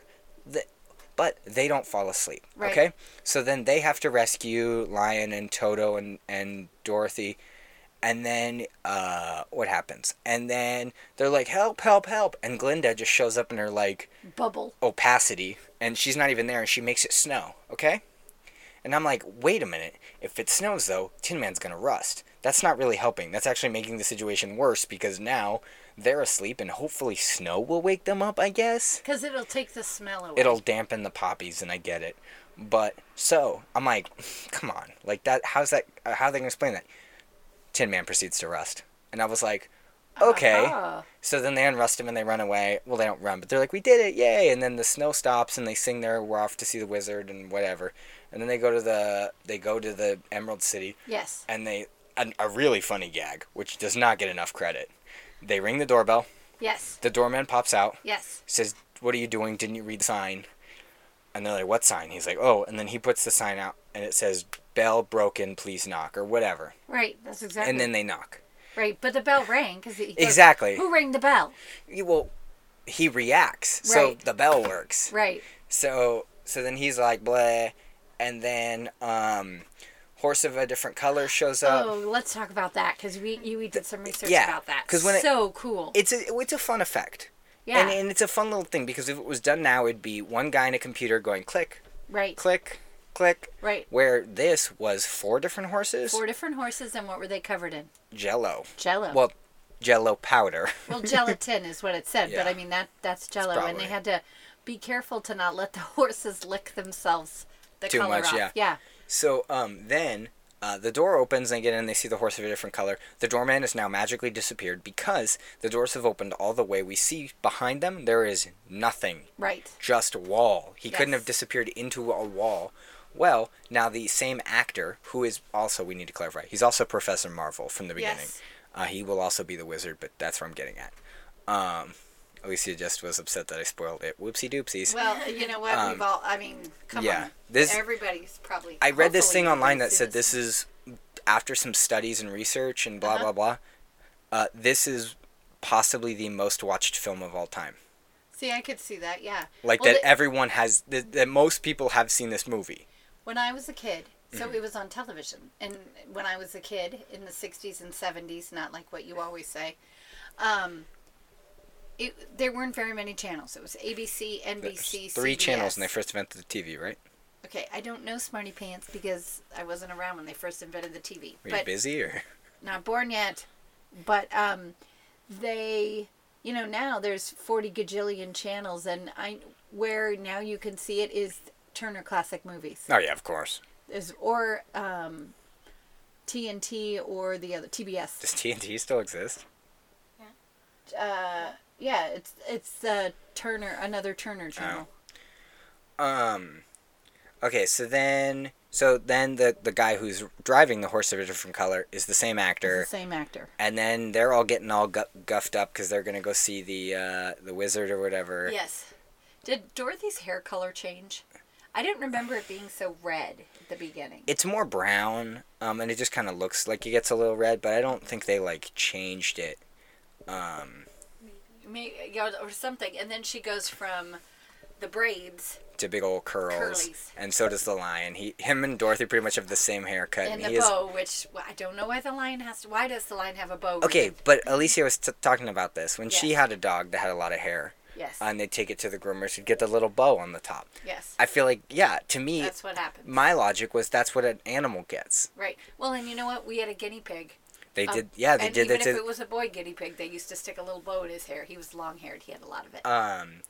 A: th- but they don't fall asleep.
C: Right.
A: Okay, so then they have to rescue Lion and Toto and and Dorothy, and then uh, what happens? And then they're like help, help, help, and Glinda just shows up in her like
C: bubble.
A: opacity, and she's not even there, and she makes it snow. Okay. And I'm like, wait a minute. If it snows, though, Tin Man's gonna rust. That's not really helping. That's actually making the situation worse because now they're asleep, and hopefully snow will wake them up. I guess
C: Because it'll take the smell away.
A: it'll dampen the poppies, and I get it. But so I'm like, come on, like that. How's that? uh, How are they gonna explain that? Tin Man proceeds to rust, and I was like, okay.
C: Ah.
A: So then they unrust him and they run away. Well, they don't run, but they're like, "We did it, yay!" And then the snow stops and they sing their "We're off to see the wizard" and whatever. And then they go to the they go to the Emerald City
C: Yes.
A: and they an, a really funny gag which does not get enough credit. They ring the doorbell.
C: Yes.
A: The doorman pops out,
C: Yes.
A: says, "What are you doing? Didn't you read the sign?" And they're like, "What sign?" He's like, "Oh." And then he puts the sign out and it says, "Bell broken, please knock" or whatever.
C: Right. That's exactly.
A: And then they knock.
C: right. But the bell rang because
A: Exactly.
C: Who rang the bell?
A: Yeah, Well, he reacts, so
C: Right.
A: the bell works.
C: Right.
A: So so then he's like bleh, and then um, horse of a different color shows up.
C: oh, let's talk about that because we you we did some research
A: Uh, yeah,
C: about that.
A: 'cause when it-
C: so cool.
A: It's a it's a fun effect.
C: yeah.
A: And, and it's a fun little thing because if it was done now, it'd be one guy in a computer going click,
C: right.
A: click, click.
C: Right.
A: Where this was four different horses,
C: Four different horses and what were they covered in?
A: Jello.
C: Jello.
A: Well, Jello powder.
C: Well, gelatin is what it said, but
A: Yeah.
C: I mean that that's jello, and they
A: probably-
C: had to be careful to not let the horses lick themselves the
A: Too
C: color
A: much,
C: off.
A: yeah.
C: yeah.
A: So um, then uh, the door opens, and they get in, and they see the horse of a different color. The doorman has now magically disappeared because the doors have opened all the way. We see behind them there is nothing,
C: Right.
A: just wall. He couldn't
C: Yes.
A: have disappeared into a wall. Well, now the same actor, who is also, we need to clarify, he's also Professor Marvel from the beginning.
C: Yes.
A: Uh, he will also be the wizard, but that's where I'm getting at. Um, Alicia just was upset that I spoiled it. Whoopsie doopsies.
C: Well, you know what? We've all. I mean, come
A: Um, yeah,
C: on.
A: this-
C: Everybody's probably.
A: I read this
C: hopefully
A: thing online that
C: everybody's
A: said
C: seen
A: this is after some studies and research and blah blah
C: Uh-huh.
A: blah. Uh, this is possibly the most watched film of all time.
C: See, I could see that. Yeah.
A: Like
C: Well,
A: that,
C: the-
A: everyone has that, that most people have seen this movie.
C: when I was a kid, so
A: Mm-hmm.
C: it was on television. And when I was a kid in the 60s and 70s, not like what you always say, um, it, there weren't very many channels. It was ABC,
A: There's
C: NBC,
A: three channels
C: CBS.
A: when they first invented the TV, right?
C: Okay, I don't know Smarty Pants because I wasn't around when they first invented the TV.
A: Were you
C: but
A: busy or?
C: not born yet. But um, they, you know, now there's 40 gajillion channels, and I where now you can see it is Turner Classic Movies,
A: Oh yeah, of course.
C: is or um, TNT or the other TBS.
A: Does TNT still exist?
C: Uh, yeah, it's it's uh, Turner, another Turner channel.
A: Um, okay, so then, so then the the guy who's driving the horse of a different color is the same actor.
C: It's the same actor.
A: and then they're all getting all gu- guffed up because they're gonna go see the uh, the wizard or whatever.
C: Yes. Did Dorothy's hair color change? I didn't remember it being so red at the beginning.
A: It's more brown, um, and it just kind of looks like it gets a little red, but I don't think they like changed it. Um,
C: Maybe, yeah, or something. And then she goes from the braids
A: to big old curls,
C: Curlies.
A: and so does the lion. He, him, and Dorothy pretty much have the same haircut,
C: and
A: he
C: the
A: is
C: bow, which well, I don't know why the lion has to. Why does the lion have a bow?
A: okay.
C: ribbon?
A: But Alicia was t- talking about this when she
C: Yes.
A: had a dog that had a lot of hair,
C: Yes.
A: and they'd take it to the groomers and get the little bow on the top.
C: yes.
A: I feel like, yeah, to me,
C: that's what happened.
A: my logic was that's what an animal gets.
C: right. Well, and you know what? We had a guinea pig.
A: They
C: Um,
A: did, yeah, they
C: and
A: did
C: even
A: that
C: if
A: to-
C: it was a boy guinea pig, they used to stick a little bow in his hair. He was long haired. He had a lot of it.
A: Um,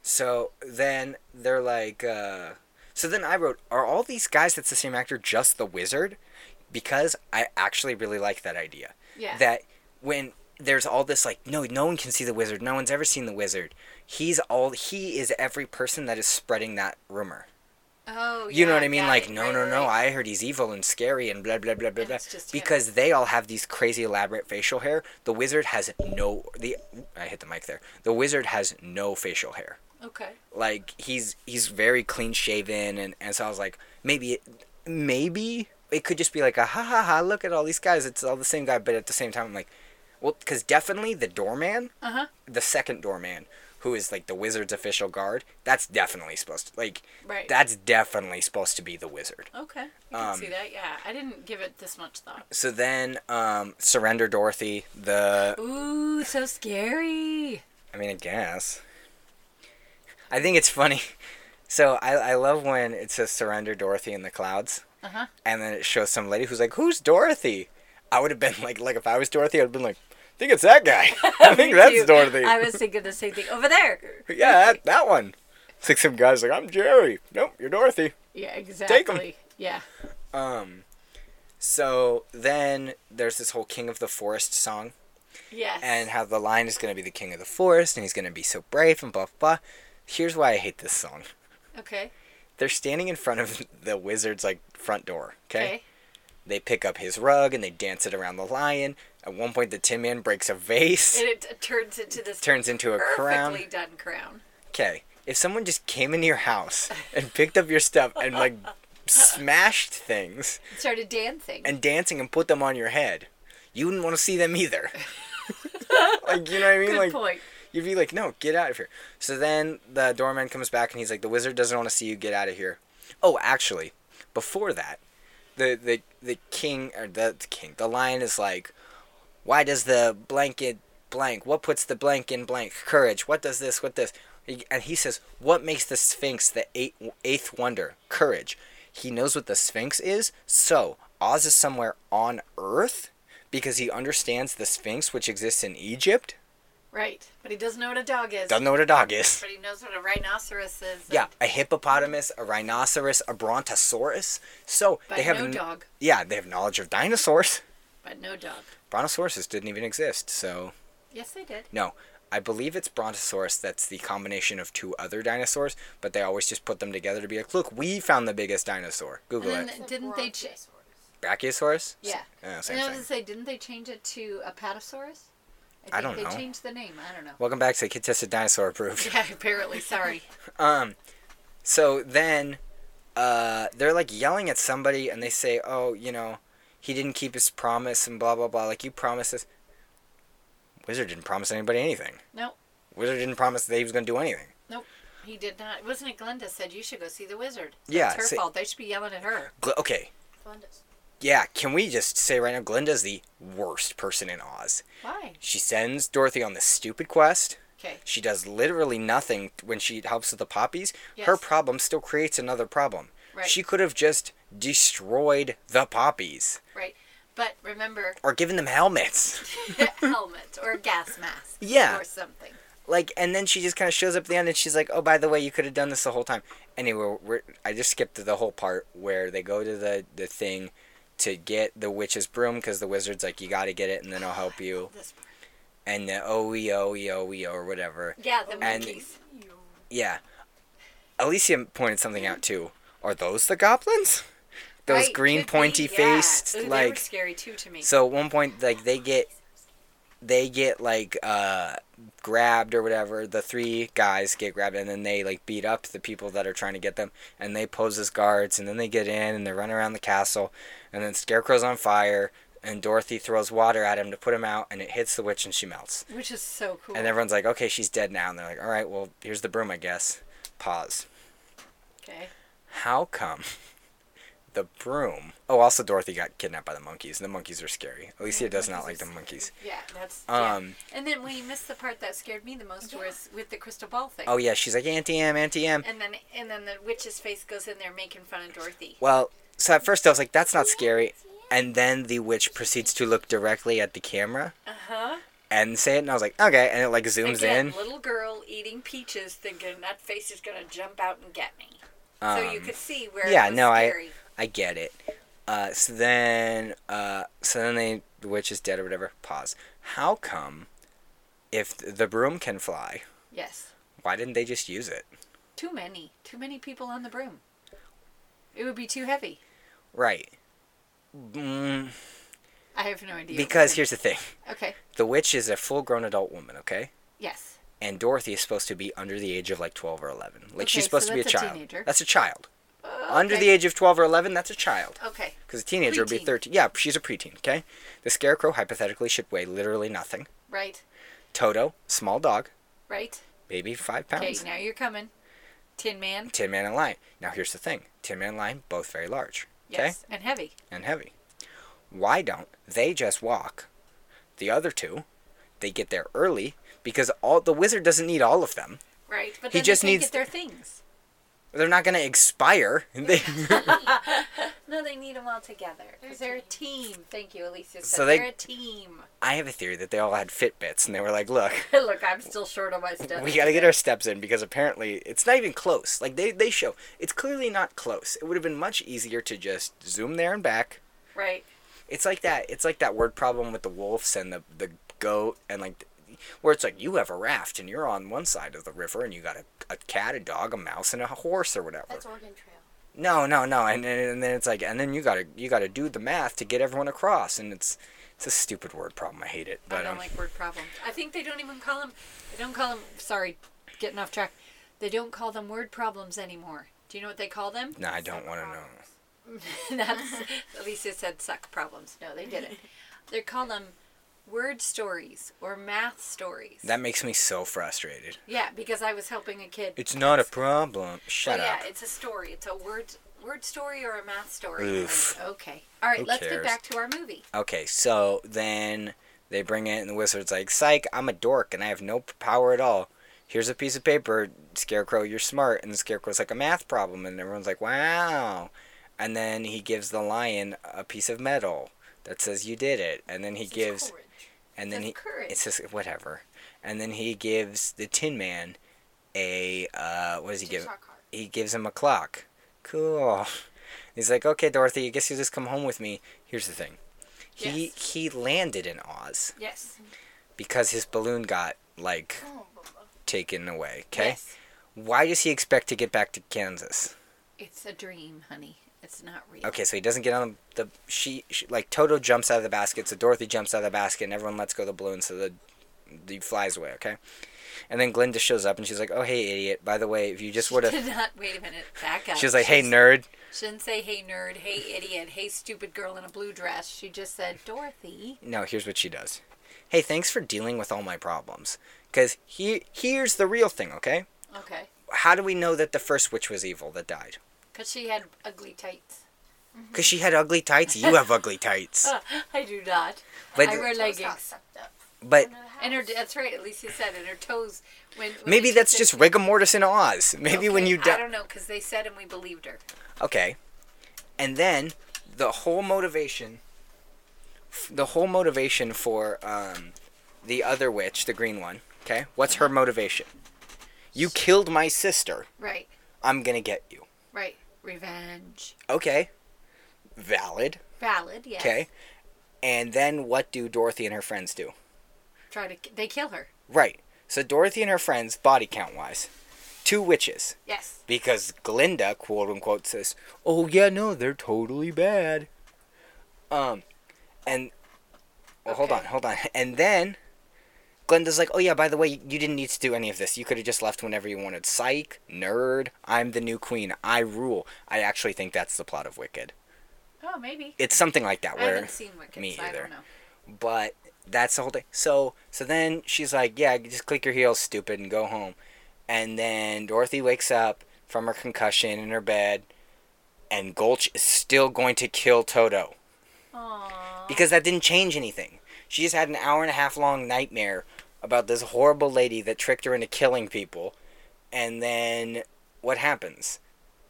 A: so then they're like, uh, so then I wrote, are all these guys that's the same actor just the wizard? because I actually really like that idea.
C: Yeah.
A: That when there's all this like no no one can see the wizard no one's ever seen the wizard he's all he is every person that is spreading that rumor
C: Oh,
A: you know
C: yeah,
A: what I mean?
C: got
A: Like,
C: it.
A: no,
C: Right,
A: no,
C: right,
A: no.
C: right.
A: I heard he's evil and scary and blah blah blah blah
C: And
A: blah.
C: it's just him.
A: Because they all have these crazy elaborate facial hair. The wizard has no. The I hit the mic there. The wizard has no facial hair.
C: Okay.
A: Like he's he's very clean shaven and and so I was like maybe it, maybe it could just be like a ha ha ha look at all these guys it's all the same guy but at the same time I'm like well because definitely the doorman
C: Uh huh.
A: the second doorman who is like the wizard's official guard that's definitely supposed to like
C: Right.
A: that's definitely supposed to be the wizard
C: Okay. I can
A: Um,
C: see that. Yeah. I didn't give it this much thought.
A: so then um surrender dorothy the
C: Ooh, so scary.
A: i mean i guess i think it's funny so i i love when it says surrender dorothy in the clouds
C: Uh huh.
A: and then it shows some lady who's like who's dorothy i would have been like like if i was dorothy i'd have been like i think it's that guy i think that's dorothy
C: I was thinking the same thing over there.
A: yeah that, that one it's like some guy's like i'm jerry nope you're dorothy
C: Yeah, exactly.
A: 'em.
C: Yeah.
A: um so then there's this whole king of the forest song
C: Yes.
A: and how the lion is going to be the king of the forest and he's going to be so brave and blah blah. blah. Here's why I hate this song.
C: okay.
A: They're standing in front of the wizard's like front door. Okay.
C: Okay.
A: They pick up his rug and they dance it around the lion. At one point, the Tin Man breaks a vase,
C: And it t- turns into this
A: turns into a
C: perfectly
A: crown.
C: done crown.
A: Okay. If someone just came into your house and picked up your stuff and like smashed things
C: It started dancing.
A: and dancing and put them on your head, you wouldn't want to see them either. like you know what I mean?
C: Good
A: like
C: point.
A: You'd be like, no, get out of here. So then the doorman comes back and he's like, the wizard doesn't want to see you. Get out of here. Oh, actually, before that, the the the king or the, the king, the lion is like, why does the blanket blank? What puts the blank in blank? Courage. What does this? What this? And he says, what makes the Sphinx the eight, eighth wonder? Courage. He knows what the Sphinx is. So Oz is somewhere on Earth because he understands the Sphinx, which exists in Egypt.
C: Right. But he doesn't know what a dog is.
A: Doesn't know what a dog is.
C: But he knows what a rhinoceros is.
A: Yeah, a hippopotamus, a rhinoceros, a brontosaurus. So
C: But
A: they have
C: no
A: kn-
C: dog.
A: Yeah, they have knowledge of dinosaurs.
C: But no dog.
A: Brontosauruses didn't even exist. So
C: Yes, they did.
A: no, I believe it's brontosaurus that's the combination of two other dinosaurs, but they always just put them together to be like, look, we found the biggest dinosaur. Google
C: And
A: it.
C: then didn't they? Ch-
A: Brachiosaurus.
C: yeah.
A: Uh, same
C: And I
A: thing.
C: was gonna say, didn't they change it to Apatosaurus?
A: I don't
C: they
A: know.
C: changed the name. I don't know.
A: Welcome back to Kid Tested Dinosaur Approved.
C: Yeah, apparently. Sorry.
A: Um, so then, uh, they're like yelling at somebody, and they say, "Oh, you know, he didn't keep his promise," and blah blah blah. Like you promised us. Wizard didn't promise anybody anything.
C: Nope.
A: Wizard didn't promise that he was gonna do anything.
C: He did not. Wasn't it Glinda said you should go see the wizard? That's
A: Yeah,
C: her
A: say-
C: fault. They should be yelling at her.
A: Gl- okay, yeah. Can we just say right now, Glinda's the worst person in Oz.
C: Why?
A: She sends Dorothy on this stupid quest.
C: Okay.
A: She does literally nothing when she helps with the poppies.
C: Yes.
A: Her problem still creates another problem.
C: Right.
A: She could have just destroyed the poppies.
C: Right. But remember,
A: or giving them helmets.
C: helmet or a gas mask.
A: Yeah.
C: Or something.
A: Like, and then she just kind of shows up at the end, and she's like, "Oh, by the way, you could have done this the whole time." Anyway, we're, I just skipped to the whole part where they go to the the thing to get the witch's broom because the wizard's like, "You got to get it, and then I'll help you."
C: This part.
A: And the oh e oh e oh e oh or whatever.
C: Yeah, the
A: And-
C: monkeys.
A: Yeah. Alicia pointed something out too. Are those the goblins? Those
C: Right,
A: green
C: could be,
A: pointy faced
C: yeah. Ooh, they were
A: like
C: scary too to me.
A: So at one point, like they get, they get like uh, grabbed or whatever. The three guys get grabbed, and then they like beat up the people that are trying to get them, and they pose as guards, and then they get in and they run around the castle, and then Scarecrow's on fire, and Dorothy throws water at him to put him out, and it hits the witch and she melts,
C: which is so cool.
A: and everyone's like, okay, she's dead now, and they're like, all right, well, here's the broom, I guess. Pause.
C: okay.
A: How come? The broom. Oh, also Dorothy got kidnapped by the monkeys, and the monkeys are scary. Alicia does not like the monkeys.
C: Yeah, that's
A: Um,
C: yeah. And then when you missed the part that scared me the most was with the crystal ball thing.
A: Oh yeah, she's like Auntie M, Auntie M.
C: And then and then the witch's face goes in there making fun of Dorothy.
A: Well, so at first I was like, that's not scary, and then the witch proceeds to look directly at the camera
C: Uh huh.
A: and say it, and I was like, okay, and it like zooms
C: Again,
A: in.
C: little girl eating peaches, thinking that face is gonna jump out and get me. so you
A: Um,
C: could see where.
A: yeah,
C: it was
A: no, I-
C: scary.
A: I get it. Uh, so then, uh, so then they, the witch is dead or whatever. Pause. How come, if the broom can fly,
C: Yes.
A: why didn't they just use it?
C: Too many. Too many people on the broom. It would be too heavy.
A: Right. Mm,
C: I have no idea.
A: because here's the thing:
C: Okay.
A: the witch is a full-grown adult woman, okay?
C: Yes.
A: And Dorothy is supposed to be under the age of like twelve or eleven. Like
C: Okay,
A: she's supposed to
C: so
A: be a
C: that's a
A: child.
C: teenager.
A: That's a child.
C: Uh,
A: Under the
C: okay.
A: age of twelve or eleven, that's a child.
C: Okay.
A: Because a teenager would be
C: Preteen.
A: thirteen. Yeah, she's a preteen. Okay. The scarecrow hypothetically should weigh literally nothing.
C: Right.
A: Toto, small dog,
C: Right.
A: maybe five
C: Okay.
A: pounds.
C: Now you're coming. Tin Man.
A: Tin Man and Lion. Now here's the thing: Tin Man and Lion both very large, okay,
C: Yes. And heavy.
A: and heavy. Why don't they just walk? The other two, they get there early because all the wizard doesn't need all of them.
C: Right. But
A: He
C: then
A: just
C: they can't
A: needs-
C: get their things.
A: They're not gonna expire. They,
C: No, they need them all together. Because they're a team. Thank you, Alicia.
A: So
C: So
A: they-
C: they... are a team.
A: I have a theory that they all had Fitbits and they were like, "Look,
C: Look, I'm still short on my stuff.
A: we gotta get our steps in because apparently it's not even close. Like they they show it's clearly not close. It would have been much easier to just zoom there and back."
C: Right.
A: It's like that. It's like that word problem with the wolves and the the goat and like, where it's like you have a raft and you're on one side of the river and you got a, a cat, a dog, a mouse, and a horse or whatever.
D: That's Oregon Trail.
A: No, no, no. And, and and then it's like, and then you gotta you gotta do the math to get everyone across, and it's it's a stupid word problem. I hate it.
C: I
A: But
C: don't
A: um,
C: like word problems. I think they don't even call them. They don't call them. Sorry, getting off track. They don't call them word problems anymore. Do you know what they call them?
A: no, I don't want to know.
C: That's Alicia said suck problems. No, they didn't. they call them word stories or math stories.
A: That makes me so frustrated.
C: yeah, because I was helping a kid.
A: It's not a problem.
C: Well,
A: Shut
C: yeah,
A: up.
C: it's a story. It's a word word story or a math story.
A: Oof.
C: Okay. All right,
A: Who
C: let's
A: cares?
C: get back to our movie.
A: Okay, so then they bring it, and the wizard's like, "Psych, I'm a dork, and I have no p- power at all. Here's a piece of paper, Scarecrow. You're smart." And the Scarecrow's like a math problem, and everyone's like, "Wow!" And then he gives the lion a piece of metal that says, "You did it." And then he
D: This is
A: gives,
D: Coleridge.
A: and then
C: That's
A: he,
C: courage.
A: it says whatever, and then he gives the Tin Man a uh, what does he give?
D: Jigsaw card.
A: he gives him a clock. Cool. He's like, okay, Dorothy, I guess you just come home with me. Here's the thing. He he landed in Oz
C: Yes.
A: because his balloon got like
D: Oh, Bubba.
A: taken away. Okay.
C: Yes.
A: Why does he expect to get back to Kansas?
C: It's a dream, honey. It's not real.
A: Okay, so he doesn't get on the she, she like Toto jumps out of the basket, so Dorothy jumps out of the basket, and everyone lets go of the balloon, so the he flies away. Okay. And then Glinda shows up, and she's like, oh hey idiot, by the way, if you just would have,
C: Did not wait a minute. Back up.
A: she was like, hey
C: She's-
A: nerd.
C: Shouldn't say, hey, nerd, hey, idiot, hey, stupid girl in a blue dress. She just said, Dorothy.
A: No, here's what she does. Hey, thanks for dealing with all my problems. Because he, here's the real thing, okay?
C: Okay.
A: How do we know that the first witch was evil that died?
C: Because she had ugly tights.
A: Because she had ugly tights. You have ugly tights.
C: I do not.
A: But-
C: I wear
D: Her toes got
C: leggings.
D: sucked up.
A: But
D: under the house.
C: And her, that's right, at least he said it. Her toes. When, when
A: maybe
C: she
A: that's
C: said-
A: just rigor mortis in Oz. Maybe when
C: Okay,
A: you
C: I
A: die.
C: don't know, because they said and we believed her.
A: Okay. And then the whole motivation, f- the whole motivation for um, the other witch, the green one, okay? What's her motivation? You killed my sister.
C: Right,
A: I'm going to get you.
C: right. Revenge.
A: Okay. Valid.
C: Valid, yes.
A: Okay. And then what do Dorothy and her friends do?
C: Try to, k- they kill her.
A: Right. So Dorothy and her friends, body count wise, two witches.
C: Yes.
A: Because Glinda, quote unquote, says, Oh yeah, no, they're totally bad. Um and well, hold on,
C: Okay.
A: hold on. And then Glinda's like, Oh yeah, by the way, you didn't need to do any of this. You could have just left whenever you wanted. Psych, nerd, I'm the new queen. I rule. I actually think that's the plot of Wicked.
C: Oh, maybe.
A: It's something like that
C: I
A: where
C: haven't seen Wicked,
A: me
C: so I
A: either.
C: don't know.
A: but that's the whole thing. So so then she's like, "Yeah, just click your heels, stupid, and go home." And then Dorothy wakes up from her concussion in her bed, and Gulch is still going to kill Toto
C: Aww.
A: because that didn't change anything. She just had an hour and a half long nightmare about this horrible lady that tricked her into killing people, and then what happens?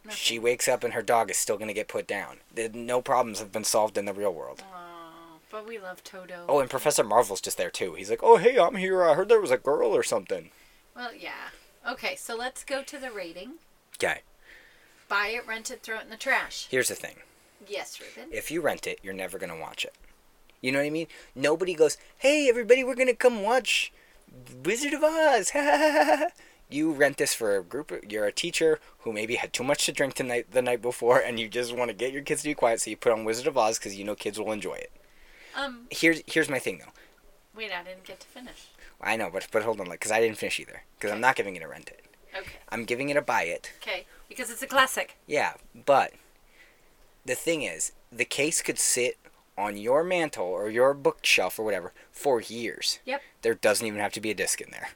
A: She wakes up and her dog is still going to get put down. The- No problems have been solved in the real world.
C: But we love Toto.
A: Oh, and Professor Marvel's just there too. He's like, "Oh, hey, I'm here. I heard there was a girl or something."
C: Well, yeah. Okay, so let's go to the rating.
A: Okay,
C: Buy it, rent it, throw it in the trash.
A: here's the thing.
C: Yes, Ruben.
A: If you rent it, you're never gonna watch it. You know what I mean? Nobody goes, "Hey, everybody, we're gonna come watch Wizard of Oz." you rent this for a group. You're a teacher who maybe had too much to drink tonight the night before, and you just want to get your kids to be quiet, so you put on Wizard of Oz because you know kids will enjoy it.
C: Um,
A: Here's here's my thing though.
C: wait, I didn't get to finish.
A: I know, but but hold on, like, because I didn't finish either. Because I'm not giving it a rent it.
C: Okay.
A: I'm giving it a buy it.
C: Okay. Because it's a classic.
A: Yeah, but the thing is, the case could sit on your mantle or your bookshelf or whatever for years.
C: Yep.
A: There doesn't even have to be a disc in there.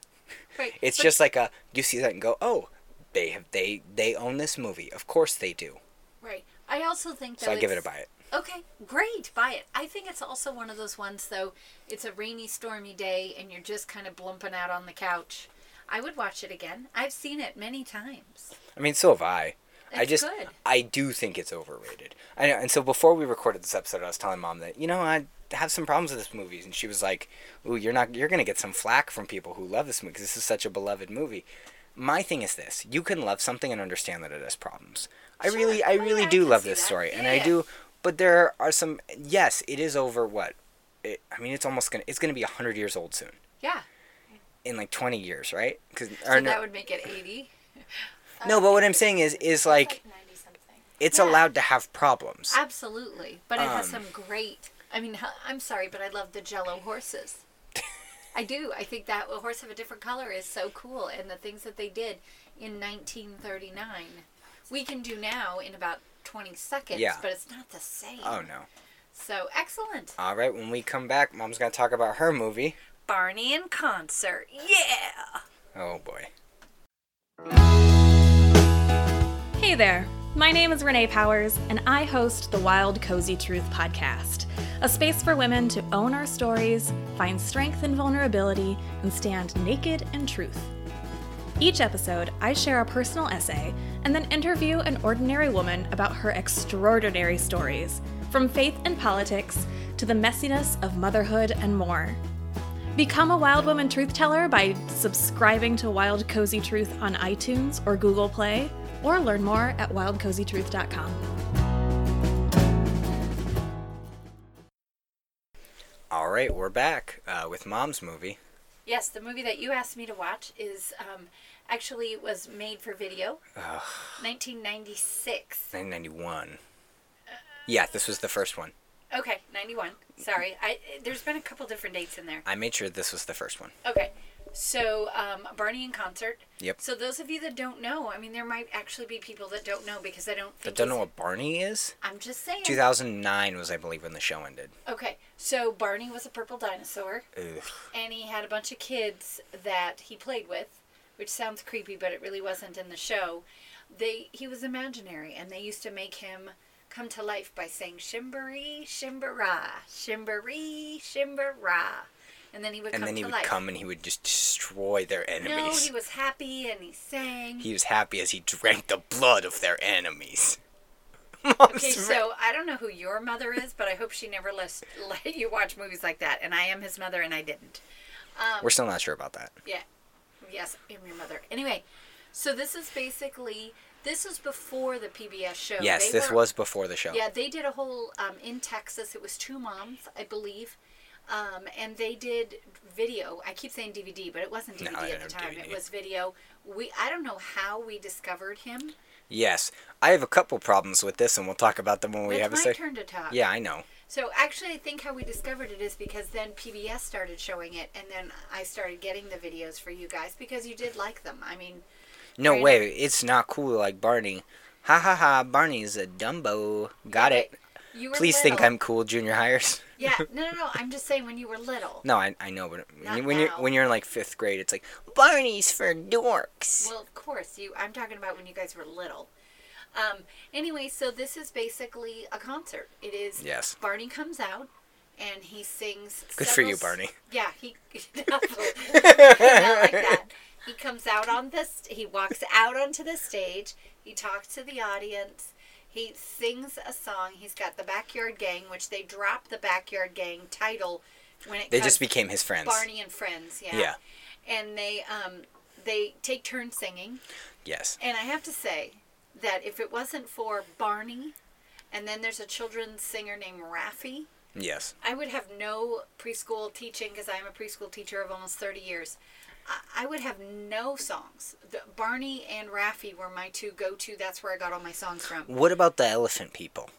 C: Right.
A: It's
C: but-
A: just like a you see that and go, "Oh, they have they they own this movie. Of course they do."
C: Right. I also think that
A: So I give it a buy it.
C: Okay, great. Buy it. I think it's also one of those ones, though. It's a rainy, stormy day, and you're just kind of blumping out on the couch. I would watch it again. I've seen it many times.
A: I mean, so have I. I
C: It's
A: just
C: good.
A: I do think it's overrated. I know. And so before we recorded this episode, I was telling mom that you know I have some problems with this movie, and she was like, "Ooh, you're not you're gonna get some flack from people who love this movie 'cause this is such a beloved movie." My thing is this: you can love something and understand that it has problems. I
C: Sure.
A: really, I
C: Oh,
A: really
C: yeah, I
A: do
C: can
A: love
C: see
A: this
C: that.
A: story, and
C: Yeah,
A: I
C: yeah.
A: do. But there are some. Yes, it is over. What? It, I mean, it's almost gonna. It's gonna be hundred years old soon.
C: Yeah.
A: In like twenty years, right? Because
C: So that would make it 80.
A: no, but what I'm saying is, is like it's
C: Yeah.
A: allowed to have problems.
C: Absolutely. But it has
A: Um,
C: some great. I mean, h- I'm sorry, but I love the jello horses. I do. I think that a horse of a different color is so cool, and the things that they did in 1939, we can do now in about 20 seconds,
A: Yeah.
C: but it's not the same.
A: Oh no.
C: So excellent.
A: All right, when we come back, mom's going to talk about her movie.
C: Barney in concert. Yeah.
A: Oh boy.
D: Hey there! My name is Renee Powers, and I host the Wild Cozy Truth podcast, a space for women to own our stories, find strength in vulnerability, and stand naked in truth. Each episode, I share a personal essay and then interview an ordinary woman about her extraordinary stories, from faith and politics to the messiness of motherhood and more. Become a Wild Woman Truth Teller by subscribing to Wild Cozy Truth on iTunes or Google Play, or learn more at wildcozytruth.com.
A: All right, we're back uh, with mom's movie.
C: Yes, the movie that you asked me to watch is um, actually it was made for video. 1996.
A: 1991. Yeah, this was the first one.
C: Okay, 91. Sorry. I there's been a couple different dates in there.
A: I made sure this was the first one.
C: Okay. So, um, Barney in concert.
A: Yep.
C: So those of you that don't know, I mean, there might actually be people that don't know because I don't
A: But
C: think.
A: don't know
C: it's-
A: what Barney is?
C: I'm just saying.
A: 2009 was, I believe, when the show ended.
C: Okay. So Barney was a purple dinosaur.
A: Ugh.
C: and he had a bunch of kids that he played with, which sounds creepy, but it really wasn't in the show. They he was imaginary, and they used to make him come to life by saying "Shimbery, Shimbera, Shimbery, Shimbera," and then he would
A: And
C: come
A: then he
C: to
A: would
C: life.
A: come and he would just destroy their
C: no,
A: enemies.
C: he was happy and he sang.
A: He was happy as he drank the blood of their enemies.
C: okay,
A: Mom's
C: so I don't know who your mother is, but I hope she never let, let you watch movies like that. And I am his mother, and I didn't. Um,
A: We're still not sure about that.
C: Yeah. Yes, I'm your mother. Anyway, so this is basically this was before the PBS show.
A: Yes,
C: They
A: this
C: were-
A: was before the show.
C: Yeah, they did a whole um, in Texas. It was two moms, I believe, um, and they did video. I keep saying DVD, but it wasn't DVD
A: I
C: at the
A: don't
C: time.
A: DVD.
C: It was video. We I don't know how we discovered him.
A: Yes, I have a couple problems with this, and we'll talk about them when we
C: it's
A: have a
C: my
A: second.
C: turn to talk.
A: Yeah, I know.
C: So actually, I think how we discovered it is because then PBS started showing it, and then I started getting the videos for you guys because you did like them. I mean,
A: No
C: Right.
A: way, it's not cool like Barney. Ha ha ha, Barney's a Dumbo. Got it.
C: you were
A: Please think
C: little.
A: I'm cool, junior hires.
C: Yeah, no, no, no. I'm just saying when you were little.
A: No, I, I know, but when,
C: Not
A: you, when you're
C: now.
A: when you're in like fifth grade, it's like Barney's for dorks.
C: Well, of course, you. I'm talking about when you guys were little. Um, anyway, so this is basically a concert. It is.
A: Yes.
C: Barney comes out, and he sings.
A: Good for
C: several
A: you,
C: s-
A: Barney.
C: Yeah, he. not like that. He comes out on this. He walks out onto the stage. He talks to the audience. He sings a song. He's got the Backyard Gang, which they dropped the Backyard Gang title when it
A: They
C: comes
A: just became his friends.
C: Barney and Friends, yeah.
A: Yeah.
C: And they um they take turns singing,
A: Yes.
C: and I have to say that if it wasn't for Barney And then there's a children's singer named Raffi.
A: Yes.
C: I would have no preschool teaching because I'm a preschool teacher of almost 30 years. I, I would have no songs. The, Barney and Raffi were my two go to. That's where I got all my songs from.
A: What about the elephant people?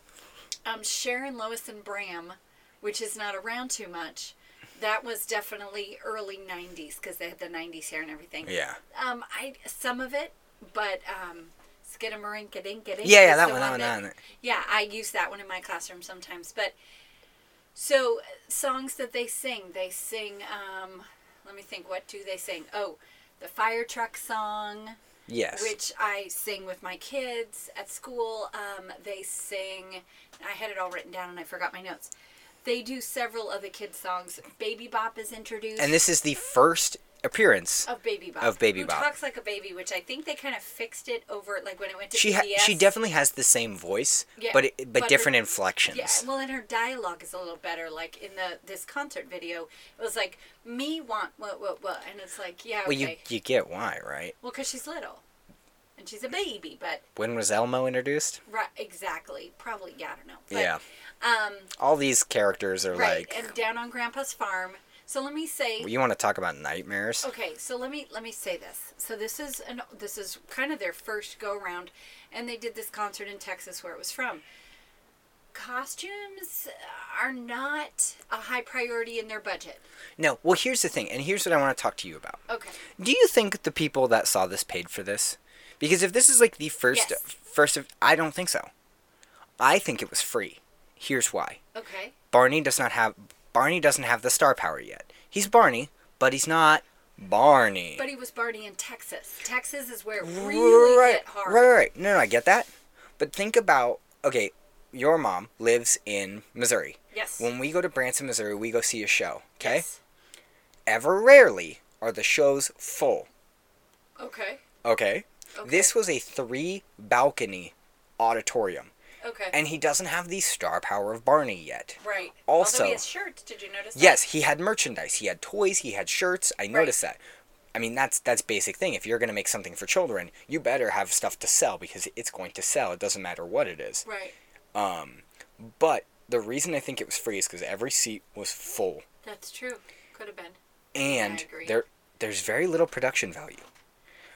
C: Um, Sharon Lois and Bram, which is not around too much, that was definitely early 90s because they had the 90s hair and everything.
A: Yeah.
C: Um, I some of it, but um, Skidamarinka Dinka Dink.
A: Yeah, yeah, that one, that one, that one.
C: Yeah, I use that one in my classroom sometimes. But so uh, songs that they sing, they sing. Um, let me think. What do they sing? Oh, the fire truck song,
A: Yes.
C: which I sing with my kids at school. Um, they sing. I had it all written down and I forgot my notes. They do several other kids' songs. Baby Bop is introduced.
A: and this is the first appearance.
C: Of Baby Bop.
A: Of Baby
C: who
A: Bop.
C: talks like a baby, which I think they kind of fixed it over, like when it went to
A: she ha-
C: PBS.
A: she definitely has the same voice,
C: Yeah,
A: but it, but,
C: but her-
A: different
C: Yeah,
A: inflections.
C: well, and her dialogue is a little better. Like in the this concert video, it was like me want what what what, and it's like yeah, okay.
A: Well, you you get why, right?
C: Well, because she's little, and she's a baby, but
A: When was Elmo introduced?
C: right, exactly, probably yeah, I don't know. But,
A: yeah.
C: Um,
A: All these characters are
C: right,
A: like.
C: and down on Grandpa's farm. So let me say,
A: you want to talk about nightmares?
C: Okay, so let me let me say this. So this is an this is kind of their first go round, and they did this concert in Texas where it was from. Costumes are not a high priority in their budget.
A: No. Well, here's the thing, and here's what I want to talk to you about.
C: Okay,
A: Do you think the people that saw this paid for this? Because if this is like the first
C: Yes.
A: first of I don't think so. I think it was free. Here's why.
C: okay,
A: Barney does not have Barney doesn't have the star power yet. He's Barney, but he's not Barney.
C: but he was Barney in Texas. Texas is where it really
A: right,
C: hit hard.
A: right, right. No, no, I get that. But think about okay, your mom lives in Missouri.
C: Yes.
A: When we go to Branson, Missouri, we go see a show. Okay.
C: Yes.
A: Ever rarely are the shows full.
C: Okay.
A: Okay? This was a three balcony auditorium,
C: Okay.
A: and he doesn't have the star power of Barney yet.
C: right.
A: also-
C: Although he has shirts. Did you notice? that?
A: Yes, he had merchandise. He had toys. He had shirts. I noticed that. I mean, that's that's basic thing. If you're going to make something for children, you better have stuff to sell because it's going to sell. It doesn't matter what it is.
C: Right.
A: Um, But the reason I think it was free is because every seat was full,
C: That's true. Could have been.
A: and
C: agree.
A: there there's very little production value.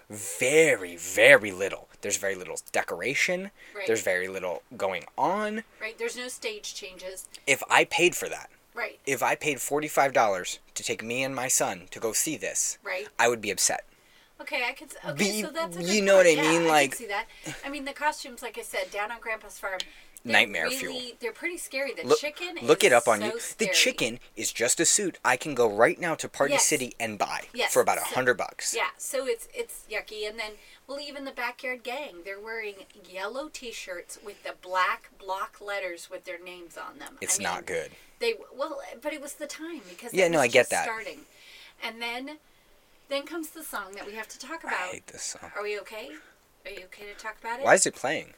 A: Very, very little. There's very little decoration.
C: Right.
A: There's very little going on.
C: Right. There's no stage changes.
A: If I paid for that,
C: Right.
A: if I paid forty-five dollars to take me and my son to go see this,
C: Right.
A: I would be upset.
C: Okay, I could. s- Okay,
A: you-
C: so that's a
A: you
C: good
A: know what
C: point.
A: I
C: Yeah,
A: mean,
C: could
A: like-
C: see that. I mean, the costumes, like I said, down on Grandpa's farm. they're
A: Nightmare
C: really,
A: fuel.
C: They're pretty scary. The
A: Look,
C: chicken.
A: look
C: is
A: it up on
C: so
A: you. The
C: scary.
A: chicken is just a suit I can go right now to Party
C: Yes.
A: City and buy
C: Yes,
A: for about a
C: so-
A: hundred bucks.
C: Yeah, so it's it's yucky, and then well, even the backyard gang, they're wearing yellow T-shirts with the black block letters with their names on them. I
A: It's
C: mean,
A: not good.
C: They well, but it was the time because
A: Yeah,
C: it
A: no,
C: was
A: I get
C: just
A: that.
C: Starting, and then then comes the song that we have to talk
A: I
C: about.
A: hate this song.
C: Are we okay? Are you okay to talk about it?
A: Why is it playing?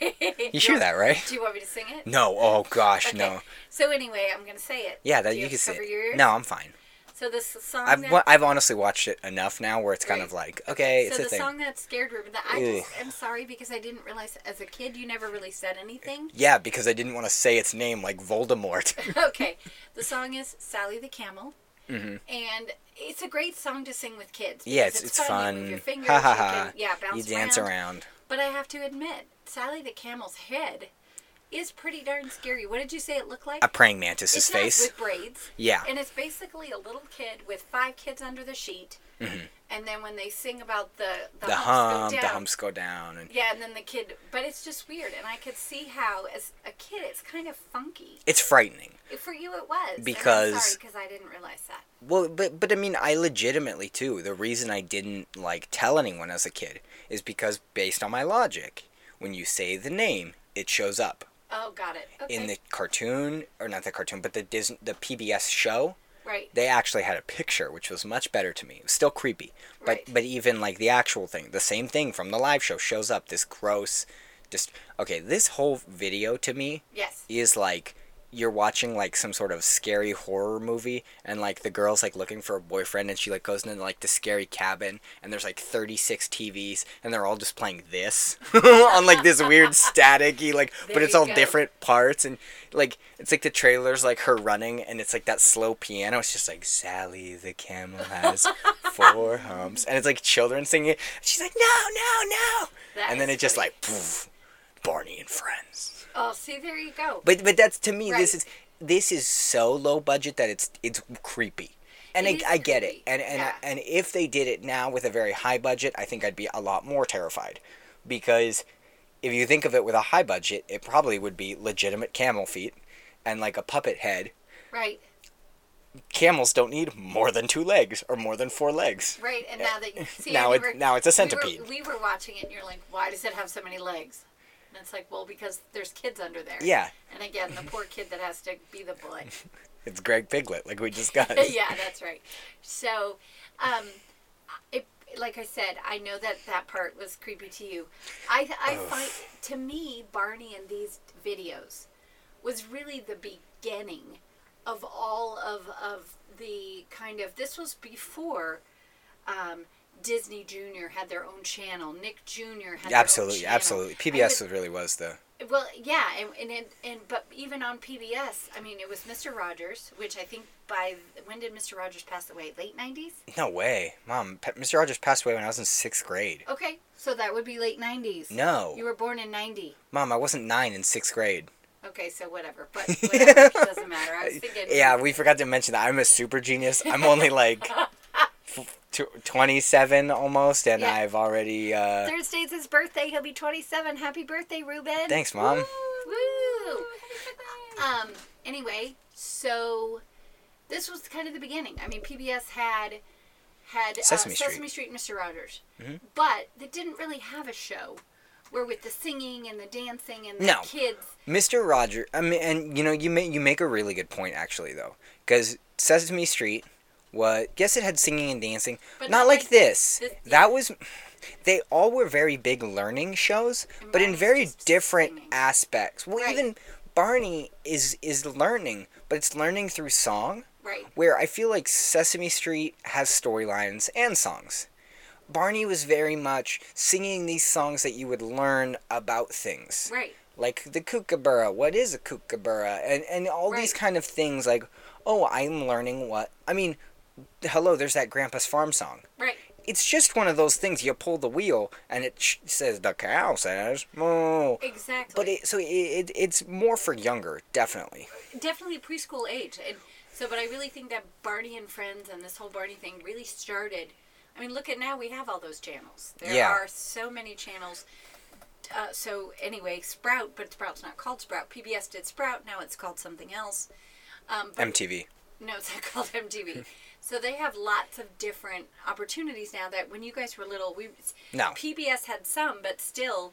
A: You hear that, right?
C: Do you want me to sing it?
A: No. Oh gosh,
C: Okay.
A: no.
C: So anyway, I'm gonna say it.
A: Yeah, that
C: Do
A: you,
C: have
A: can
C: to
A: see.
C: cover Oh,
A: it.
C: your ears?
A: No, I'm fine.
C: So the s- song.
A: I've
C: that,
A: wa- I've honestly watched it enough now where it's kind
C: Right.
A: of like okay, it's
C: so
A: a
C: the
A: thing.
C: song that scared Ruben. That I just
A: Ugh.
C: am sorry because I didn't realize as a kid you never really said anything.
A: Yeah, because I didn't want to say its name like Voldemort.
C: okay, the song is Sally the Camel, and it's a great song to sing with kids.
A: Mm-hmm. yeah,
C: because
A: it's it's fun.
C: You move your fingers.
A: ha ha
C: you
A: ha.
C: Can, yeah, bounce
A: you dance around.
C: But I have to admit, Sally the Camel's head is pretty darn scary. What did you say it looked like?
A: A praying mantis's
C: It's
A: face.
C: with braids.
A: Yeah.
C: And it's basically a little kid with five kids under the sheet. And then when they sing about the
A: Mm-hmm.
C: the,
A: the
C: humps
A: hump,
C: go
A: the
C: down.
A: humps go down, and
C: Yeah, and then the kid, but it's just weird, and I could see how, as a kid, it's kind of funky.
A: it's frightening.
C: For you, it was. and I'm
A: Because-
C: sorry, because I didn't realize that.
A: Well, but but I mean, I legitimately too. The reason I didn't like tell anyone as a kid is because based on my logic, when you say the name, it shows up
C: Oh, got it. Okay.
A: in the cartoon or not the cartoon, but the Disney, the PBS show.
C: right.
A: They actually had a picture, which was much better to me. It was still creepy, but
C: Right.
A: but even like the actual thing, the same thing from the live show shows up. This gross, just okay. This whole video to me
C: yes.
A: is like you're watching like some sort of scary horror movie and like the girl's like looking for a boyfriend and she like goes into like the scary cabin and there's like 36 TVs and they're all just playing this on like this weird staticky like but
C: There
A: it's
C: you
A: all
C: go.
A: different parts and like it's like the trailer's like her running and it's like that slow piano it's just like Sally the camel has four humps and it's like children singing it she's like no no no
C: That
A: and then
C: is
A: it just
C: funny.
A: like poof, Barney and friends
C: Oh, see, there you go.
A: but but that's to me
C: Right.
A: this is this is so low budget that it's it's creepy. And
C: It is
A: I, I get it.
C: creepy,
A: And and
C: yeah.
A: and if they did it now with a very high budget, I think I'd be a lot more terrified because if you think of it with a high budget, it probably would be legitimate camel feet and like a puppet head.
C: right,
A: Camels don't need more than two legs or more than four legs.
C: right. And now that you see, I
A: Now it-
C: never-
A: now it's a
C: we were-
A: centipede.
C: We were, watching it, and you're like, why does it have so many legs? And it's like, well, because there's kids under there.
A: Yeah.
C: And again, the poor kid that has to be the boy.
A: It's Greg Piglet, like we discussed.
C: yeah, that's right. So, um, it, like I said, I know that that part was creepy to you. I, I find, to me, Barney in these videos was really the beginning of all of, of the kind of, this was before um, Disney Jr. had their own channel, Nick Jr. had
A: Absolutely,
C: their own channel.
A: absolutely.
C: And
A: PBS
C: the-
A: really was the
C: well, yeah, and and, and and but even on PBS, I mean, it was Mr. Rogers, which I think by when did Mr. Rogers pass away? Late nineties.
A: No way. Mom, Pa- Mr. Rogers passed away when I was in 6th grade.
C: Okay, so that would be late nineties.
A: No.
C: you were born in ninety.
A: Mom, I wasn't 9 in 6th grade.
C: Okay, so whatever, but whatever, it doesn't matter. I was thinking.
A: Yeah, we forgot to mention that I'm a super genius. I'm only like f- tw- 27 almost, and
C: Yeah.
A: I've already. Uh,
C: Thursday's his birthday. He'll be twenty-seven. Happy birthday, Ruben.
A: thanks, mom.
C: Woo! Um. Anyway, so this was kind of the beginning. I mean, PBS had had uh,
A: Sesame
C: Sesame,
A: Street. Mm-hmm.
C: Street. and Mr. Rogers, but they didn't really have a show where with the singing and the dancing and the
A: No.
C: kids.
A: Mr. Roger. I mean, and you know, you make you make a really good point actually, though, because Sesame Street. was yes, it had singing and dancing,
C: But
A: not
C: not
A: like
C: like
A: this.
C: this-
A: That was, they all were very big learning shows, but in
C: mine's
A: very
C: just
A: different
C: singing.
A: aspects. Well,
C: Right.
A: even Barney is is learning, but it's learning through song.
C: Right.
A: where I feel like Sesame Street has storylines and songs. Barney was very much singing these songs that you would learn about things.
C: Right.
A: Like the kookaburra, what is a kookaburra? And and all these
C: Right.
A: kind of things like, oh, I'm learning what I mean, hello, there's that grandpa's farm song.
C: Right.
A: It's just one of those things you pull the wheel and it sh- says the cow says moo.
C: Exactly.
A: But it, so it, it, it's more for younger, definitely.
C: definitely preschool age. And so, but I really think that Barney and Friends and this whole Barney thing really started. I mean, look at now we have all those channels. There
A: Yeah.
C: are so many channels. Uh, so anyway, Sprout, but Sprout's not called Sprout. PBS did Sprout. Now it's called something else. Um, but
A: MTV.
C: no, it's not called MTV. so they have lots of different opportunities now that when you guys were little, we
A: No.
C: PBS had some, but still,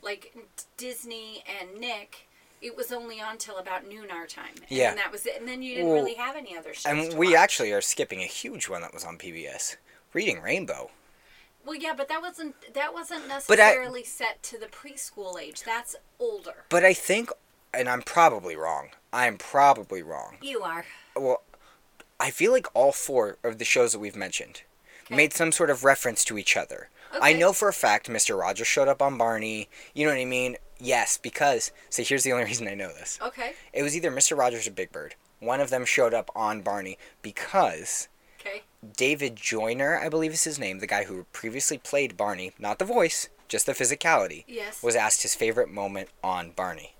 C: like Disney and Nick, it was only on till about noon our time. And
A: Yeah.
C: then that was it, and then you didn't
A: Well,
C: really have any other shows.
A: And
C: to
A: we
C: watch.
A: actually are skipping a huge one that was on PBS, Reading Rainbow.
C: well, yeah, but that wasn't that wasn't
A: But I-
C: necessarily set to the preschool age. That's older.
A: But I think, and I'm probably wrong. I'm probably wrong.
C: You are
A: Well, I feel like all four of the shows that we've mentioned made some sort of reference to each other. I
C: Okay.
A: know for a fact Mr. Rogers showed up on Barney. You know what I mean? Yes, because see, here's the only reason I know this.
C: okay.
A: It was either Mr. Rogers or Big Bird. One of them showed up on Barney because
C: Okay.
A: David Joyner, I believe is his name, the guy who previously played Barney, not the voice, just the physicality,
C: Yes.
A: was asked his favorite moment on Barney.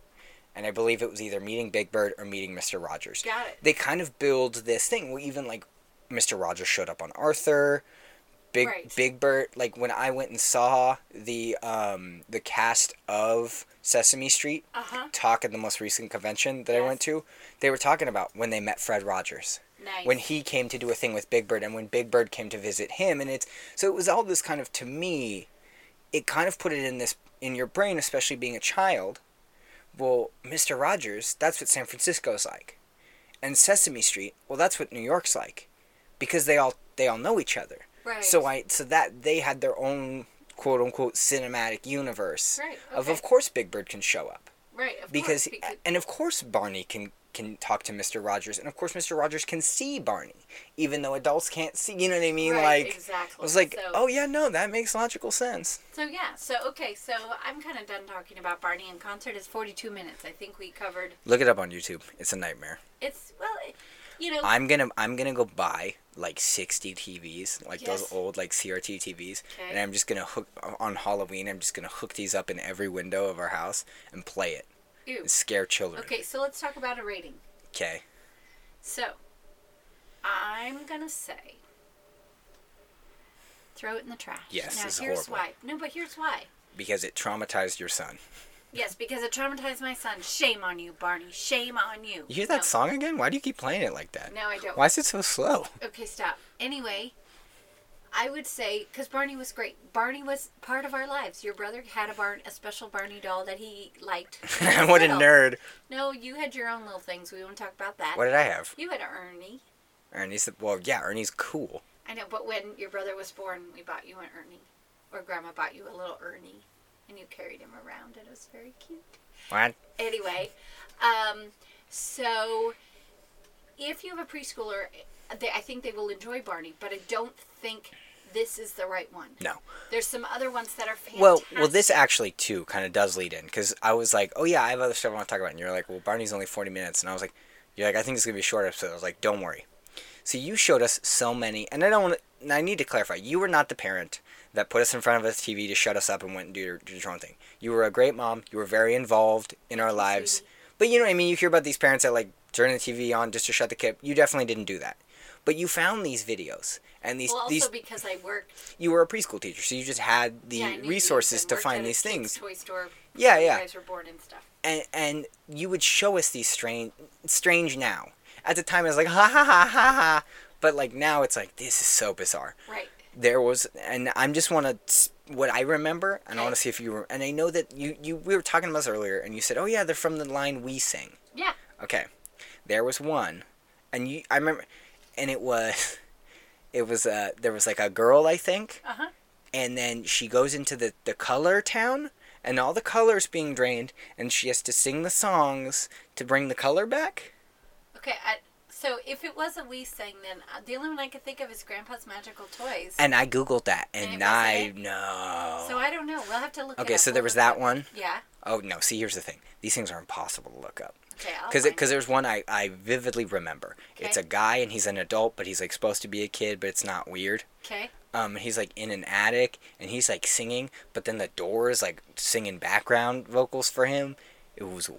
A: And I believe it was either meeting Big Bird or meeting Mr. Rogers.
C: Got it.
A: They kind of build this thing. Well, even like Mr. Rogers showed up on Arthur. Big
C: Right.
A: Big Bird. Like when I went and saw the um, the cast of Sesame Street
C: Uh-huh.
A: talk at the most recent convention that I
C: Yes.
A: went to, they were talking about when they met Fred Rogers
C: Nice.
A: when he came to do a thing with Big Bird and when Big Bird came to visit him and it's so it was all this kind of to me it kind of put it in this in your brain especially being a child well Mr. Rogers that's what San Francisco's like and Sesame Street well that's what New York's like because they all they all know each other
C: Right.
A: so I so that they had their own quote unquote cinematic universe
C: Right,
A: of
C: okay.
A: of course Big Bird can show up
C: right of course,
A: because
C: because
A: and of course Barney can can talk to Mr. Rogers, and of course, Mr. Rogers can see Barney, even though adults can't see. You know what I mean?
C: Right,
A: like,
C: exactly.
A: I was like,
C: So-
A: oh yeah, no, that makes logical sense.
C: So yeah, so okay, so I'm kind of done talking about Barney in concert. It's 42 minutes. I think we covered.
A: Look it up on YouTube. It's a nightmare.
C: It's well, it- you know,
A: I'm gonna I'm gonna go buy like 60 TVs, like
C: Yes.
A: those old like CRT TVs, and
C: Okay.
A: I'm just gonna hook on Halloween. I'm just gonna hook these up in every window of our house and play it
C: ew.
A: and scare children.
C: Okay, so let's talk about a rating.
A: Okay.
C: So, I'm gonna say, throw it in the trash.
A: Yes,
C: Now
A: it's
C: here's
A: horrible.
C: why. No, but here's why.
A: Because it traumatized your son.
C: Yes, because it traumatized my son. Shame on you, Barney. Shame on you.
A: You hear that
C: No.
A: song again? Why do you keep playing it like that?
C: No, I don't.
A: Why is it so slow?
C: Okay, stop. Anyway, I would say because Barney was great. Barney was part of our lives. Your brother had a barn, a special Barney doll that he liked. when he was
A: what a
C: little.
A: nerd.
C: No, you had your own little things. We won't talk about that.
A: What did I have?
C: You had Ernie.
A: Ernie's well, yeah, Ernie's cool.
C: I know, but when your brother was born, we bought you an Ernie, or Grandma bought you a little Ernie, and you carried him around, and it was very cute.
A: What?
C: anyway, um, so if you have a preschooler, they, I think they will enjoy Barney, but I don't think this is the right one.
A: No.
C: There's some other ones that are fantastic.
A: Well, well, this actually too kind of does lead in because I was like, oh yeah, I have other stuff I want to talk about, and you're like, well, Barney's only forty minutes, and I was like, you're like, I think it's gonna be a short episode. I was like, don't worry. So you showed us so many, and I don't. want I need to clarify, you were not the parent that put us in front of a TV to shut us up and went and do your, do your own thing. You were a great mom. You were very involved in our lives. But you know what I mean. You hear about these parents that like turn the TV on just to shut the kid. You definitely didn't do that. But you found these videos and these
C: Well, also
A: these
C: because I worked.
A: you were a preschool teacher, so you just had the
C: yeah, I knew these
A: resources
C: and
A: to
C: worked at
A: find
C: a
A: these
C: kids'
A: things.
C: Toy store.
A: Yeah,
C: when
A: yeah.
C: You guys were born and stuff.
A: And and you would show us these strange strange now. At the time it was like ha ha ha ha ha but like now it's like this is so bizarre.
C: Right.
A: There was and I'm just want to what I remember and I
C: Okay.
A: want to see if you were and I know that you you we were talking about this earlier and you said, "Oh yeah, they're from the line we sing."
C: Yeah.
A: Okay. There was one and you I remember and it was it was uh there was like a girl I think
C: Uh huh.
A: and then she goes into the, the color town and all the colors being drained and she has to sing the songs to bring the color back
C: Okay. I, so if it was a wee thing, then uh, the only one I could think of is Grandpa's Magical Toys.
A: and i googled that and,
C: And it wasn't
A: i
C: it?
A: no
C: so I don't know. We'll have to look. it
A: okay
C: up.
A: so
C: We'll
A: there was
C: look it
A: that
C: up.
A: one.
C: Yeah.
A: Oh no see here's the thing these things are impossible to look up
C: Okay. I'll
A: because
C: find
A: because there's one I, I vividly remember it's a
C: Okay.
A: guy and he's an adult but he's like supposed to be a kid but it's not weird
C: Okay.
A: um, he's like in an attic and he's like singing, but then the door is like singing background vocals for him. It was,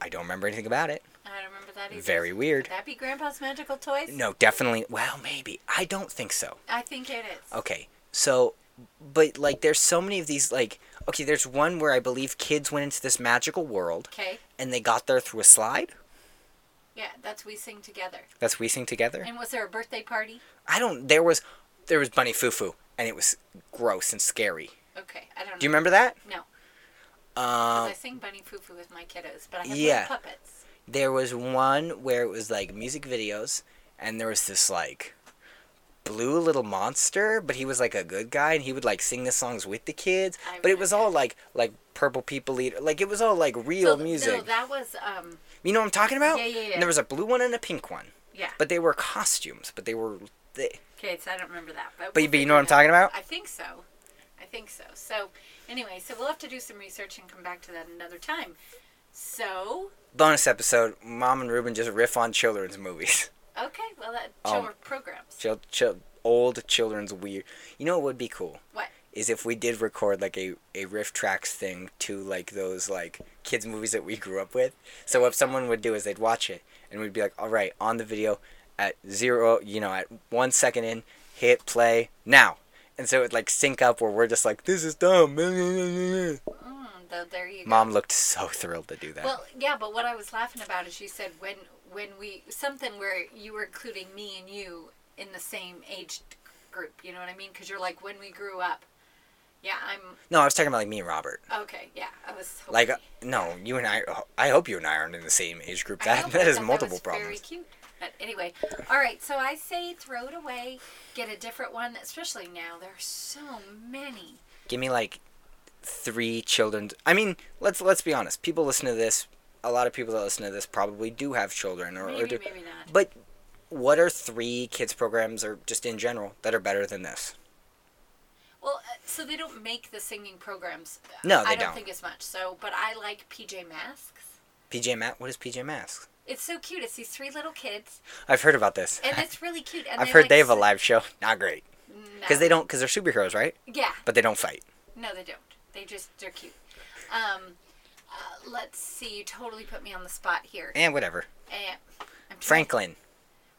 A: I don't remember anything about it.
C: I don't remember that either.
A: Very weird.
C: Would that be Grandpa's Magical Toys?
A: No, definitely. Well, maybe. I don't think so.
C: I think it is.
A: Okay. So, but like, there's so many of these. Like, okay, there's one where I believe kids went into this magical world
C: Okay.
A: and they got there through a slide.
C: Yeah, that's We Sing Together.
A: That's we sing together.
C: And was there a birthday party?
A: I don't. There was, there was Bunny Foo Foo, and it was gross and scary.
C: Okay, I don't know.
A: Do you remember that?
C: No.
A: Um,
C: 'cause I sing Bunny Foo Foo with my kiddos, but I have
A: yeah.
C: little puppets.
A: there was one where it was like music videos and there was this like blue little monster but he was like a good guy and he would like sing the songs with the kids
C: I
A: but it was
C: remember.
A: all like like purple people eat like it was all like real
C: So, th-
A: music
C: No, that was, um,
A: you know what i'm talking about
C: Yeah, yeah, yeah.
A: and there was a blue one and a pink one
C: yeah.
A: but they were costumes but they were they,
C: okay, so I don't remember that.
A: but,
C: But, we'll
A: but you
C: figure
A: know what i'm
C: it out.
A: talking about
C: I think so. I think so. So, anyway, so we'll have to do some research and come back to that another time. So,
A: bonus episode mom and ruben just riff on children's movies
C: okay, well, that
A: Um,
C: show our programs.
A: Chil- chil- old children's weird you know what would be cool
C: What?
A: is if we did record like a, a riff tracks thing to like those like kids movies that we grew up with. So what someone would do is they'd watch it and we'd be like, all right, on the video at zero, you know, at one second in, hit play now. And so it would like sync up where we're just like, this is dumb.
C: Mm, though, there you go.
A: Mom looked so thrilled to do that.
C: Well, yeah, but what I was laughing about is you said when when we something where you were including me and you in the same age group. You know what I mean? Because you're like when we grew up. Yeah, I'm
A: no, I was talking about like me and Robert.
C: okay. Yeah, I was hoping-
A: Like, uh, no, you and I, I hope you and I aren't in the same age group.
C: I
A: That,
C: know, but I
A: that is
C: thought
A: multiple
C: was Very
A: problems.
C: cute. But anyway, all right. So I say throw it away, get a different one. Especially now, there are so many.
A: give me like three children i mean let's let's be honest people listen to this a lot of people that listen to this probably do have children or, or
C: Maybe,
A: do,
C: maybe not.
A: but what are three kids programs or just in general that are better than this?
C: Well, uh, so they don't make the singing programs.
A: No,
C: I
A: they
C: don't,
A: don't.
C: think as much. So, but I like PJ Masks.
A: PJ Matt, what is PJ Masks?
C: It's so cute. It's these three little kids,
A: I've heard about this.
C: and it's really cute. And
A: I've
C: they
A: heard
C: like,
A: they have a live show. Not great because they don't because they're superheroes, right?
C: Yeah.
A: But they don't fight.
C: No, they don't. They just they're cute. Um, uh, let's see. You totally put me on the spot here.
A: And whatever.
C: Eh, I'm trying-
A: Franklin.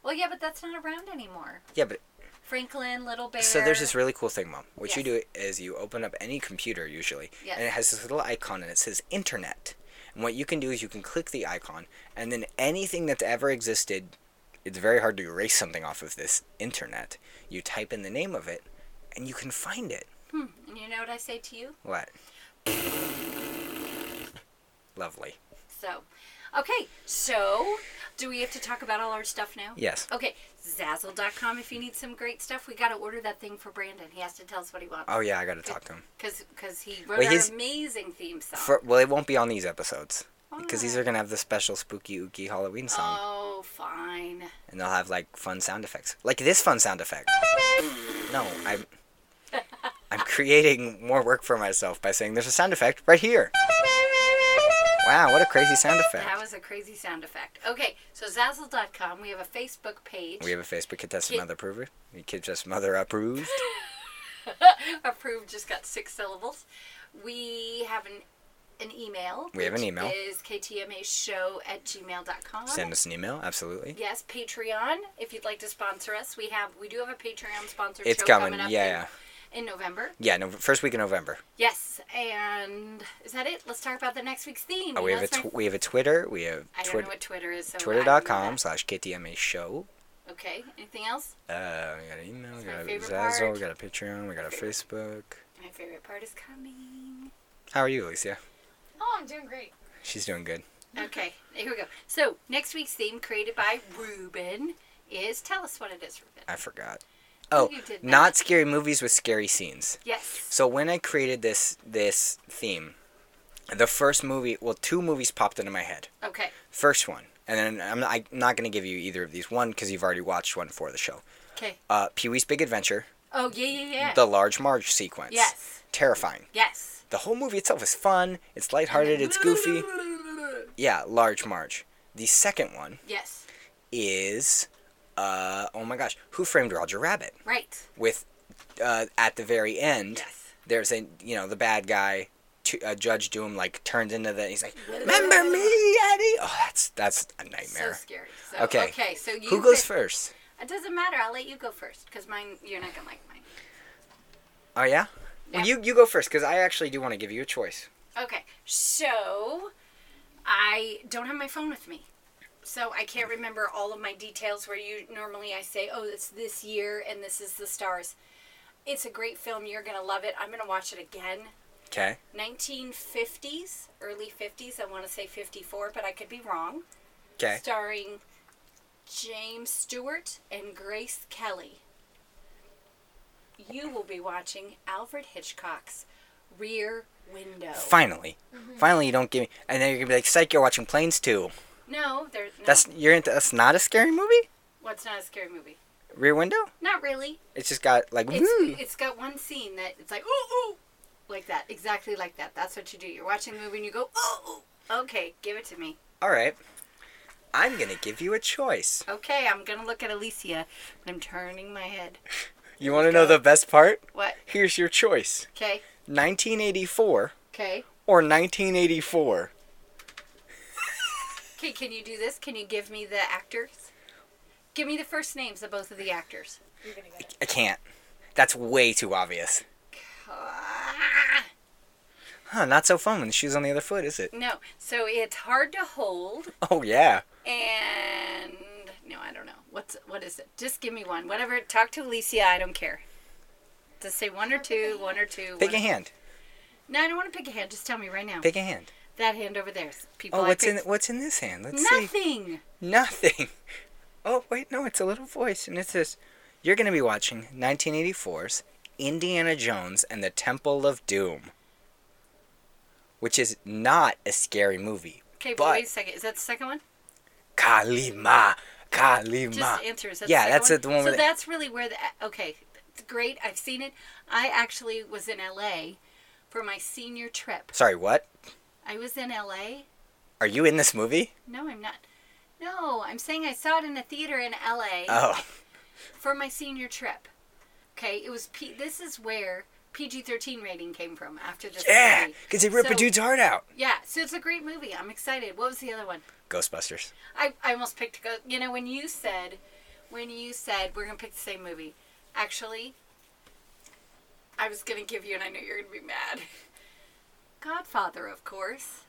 C: Well, yeah, but that's not around anymore.
A: Yeah, but
C: Franklin, Little Bear.
A: So there's this really cool thing, Mom. What you do
C: Yes.
A: is you open up any computer usually,
C: Yes.
A: and it has this little icon and it says Internet. And what you can do is you can click the icon, and then anything that's ever existed, it's very hard to erase something off of this Internet. You type in the name of it, and you can find it.
C: And you know what I say to you?
A: What? Lovely.
C: So, okay. So, do we have to talk about all our stuff now?
A: Yes.
C: Okay, Zazzle.com if you need some great stuff. We got to order that thing for Brandon. He has to tell us what he wants.
A: Oh yeah, I gotta talk to him.
C: Because he wrote
A: Well,
C: an
A: he's-
C: amazing theme song.
A: For, well, it won't be on these episodes because these
C: Why?
A: are gonna have the special spooky ooky Halloween song.
C: Oh, fine.
A: and they'll have like fun sound effects, like this fun sound effect. No, I'm I'm creating more work for myself by saying there's a sound effect right here. Wow, what a crazy sound
C: That
A: effect!
C: was a crazy sound effect. Okay, so Zazzle.com. We have a Facebook page.
A: We have a Facebook kid test
C: Kid-
A: mother approver. Kid test mother approved.
C: Approved just got six syllables. We have an an email.
A: We have an
C: which
A: email.
C: Is ktmashow at gmail.com.
A: Send us an email, absolutely.
C: Yes, Patreon. If you'd like to sponsor us, we have we do have a Patreon sponsored
A: It's
C: show
A: coming,
C: up
A: yeah.
C: in, in November.
A: Yeah, no, first week of November.
C: Yes, and is that it? Let's talk about the next week's theme.
A: Uh, we
C: You
A: have
C: know,
A: a
C: it's my-
A: tw- we have a Twitter. We have
C: I don't know
A: Twitter.
C: what Twitter is. So I don't know
A: Twitter.com
C: that.
A: slash KTMA show.
C: Okay. Anything else?
A: Uh, we got an email, we
C: my
A: got a
C: favorite
A: Zazzle,
C: part.
A: we got a Patreon, we got a Facebook.
C: My favorite part is coming.
A: How are you, Alicia?
D: Oh, I'm doing great.
A: She's doing good.
C: Okay. Here we go. So next week's theme, created by Ruben, is tell us what it is, Ruben.
A: I forgot.
C: Oh,
A: Oh,
C: you did
A: not scary movies with scary scenes.
C: Yes.
A: So when I created this this theme, the first movie, well, two movies popped into my head.
C: Okay.
A: First one, and then I'm not, I'm not going to give you either of these. One because you've already watched one for the show.
C: Okay.
A: Uh, Pee Wee's Big Adventure,
C: Oh yeah yeah yeah.
A: the Large Marge sequence.
C: Yes.
A: Terrifying.
C: yes.
A: The whole movie itself is fun. It's lighthearted. It's goofy. Yeah, Large Marge. The second one
C: Yes.
A: is, uh, oh my gosh, Who Framed Roger Rabbit?
C: Right.
A: with uh, at the very end
C: Yes.
A: there's a you know the bad guy to, uh, judge doom like turns into the he's like remember me eddie oh that's that's a
C: So
A: nightmare
C: scary. So,
A: Okay.
C: Okay. So you
A: who goes
C: pick-
A: first
C: It doesn't matter. I'll let you go first because mine. You're not gonna like mine.
A: oh yeah well
C: Yeah.
A: you you go first because i actually do want to give you a choice
C: Okay, so I don't have my phone with me. So I can't remember all of my details where you normally I say, oh, it's this year and this is the stars. It's a great film. You're going to love it. I'm going to watch it again.
A: okay
C: 1950s, early 50s. I want to say 54, but I could be wrong.
A: okay
C: Starring James Stewart and Grace Kelly. You will be watching Alfred Hitchcock's Rear Window.
A: finally
C: Mm-hmm.
A: finally you don't give me and then you're gonna be like psych you're watching planes too
C: No, there's no.
A: that's you're into that's not a scary movie
C: What's not a scary movie?
A: rear window
C: Not really.
A: it's just got like hmm.
C: It's
A: woo.
C: it's got one scene that it's like ooh ooh, like that, exactly like that. That's what you do. You're watching the movie and you go ooh ooh. Okay, give it to me.
A: all right i'm gonna give you a choice
C: Okay, I'm gonna look at Alicia, but I'm turning my head.
A: you want to know the best part
C: What?
A: here's your choice
C: Okay,
A: 1984
C: okay,
A: or 1984?
C: okay. Can you do this? Can you give me the actors? Give me the first names of both of the actors.
A: I can't. That's way too obvious.
C: Ah,
A: Huh, not so fun when the shoe's on the other foot, is it?
C: no. So it's hard to hold,
A: Oh, yeah.
C: and no, I don't know. What's what is it? Just give me one. Whatever. Talk to Alicia. I don't care. Just say one or two, one or two.
A: Pick
C: one-
A: a hand.
C: No, I don't want to pick a hand. Just tell me right now.
A: Pick a hand.
C: that hand over there. People.
A: Oh,
C: I
A: what's in
C: picked-
A: what's in this hand? Let's see.
C: Nothing.
A: Nothing. Oh, wait, no, it's a little voice and it says you're going to be watching 1984's Indiana Jones and the Temple of Doom, which is not a scary movie,
C: Okay, but
A: But-
C: wait a second. Is that the second one?
A: Kalima, Kalima.
C: Just answers. That's
A: yeah,
C: the
A: that's
C: second
A: it, the one
C: So
A: where they-
C: that's really where the okay, it's great. I've seen it. I actually was in L.A. for my senior trip.
A: Sorry, what?
C: I was in L.A.
A: Are you in this movie?
C: No, I'm not. No, I'm saying I saw it in a theater in L.A.
A: Oh,
C: for my senior trip. Okay, it was P. This is where PG-13 rating came from after this.
A: yeah,
C: movie.
A: because they rip
C: So-
A: a dude's heart out.
C: Yeah, so it's a great movie. I'm excited. What was the other one?
A: Ghostbusters.
C: I, I almost picked go. You know when you said, when you said we're gonna pick the same movie. Actually, I was gonna give you, and I know you're gonna be mad. Godfather, of course.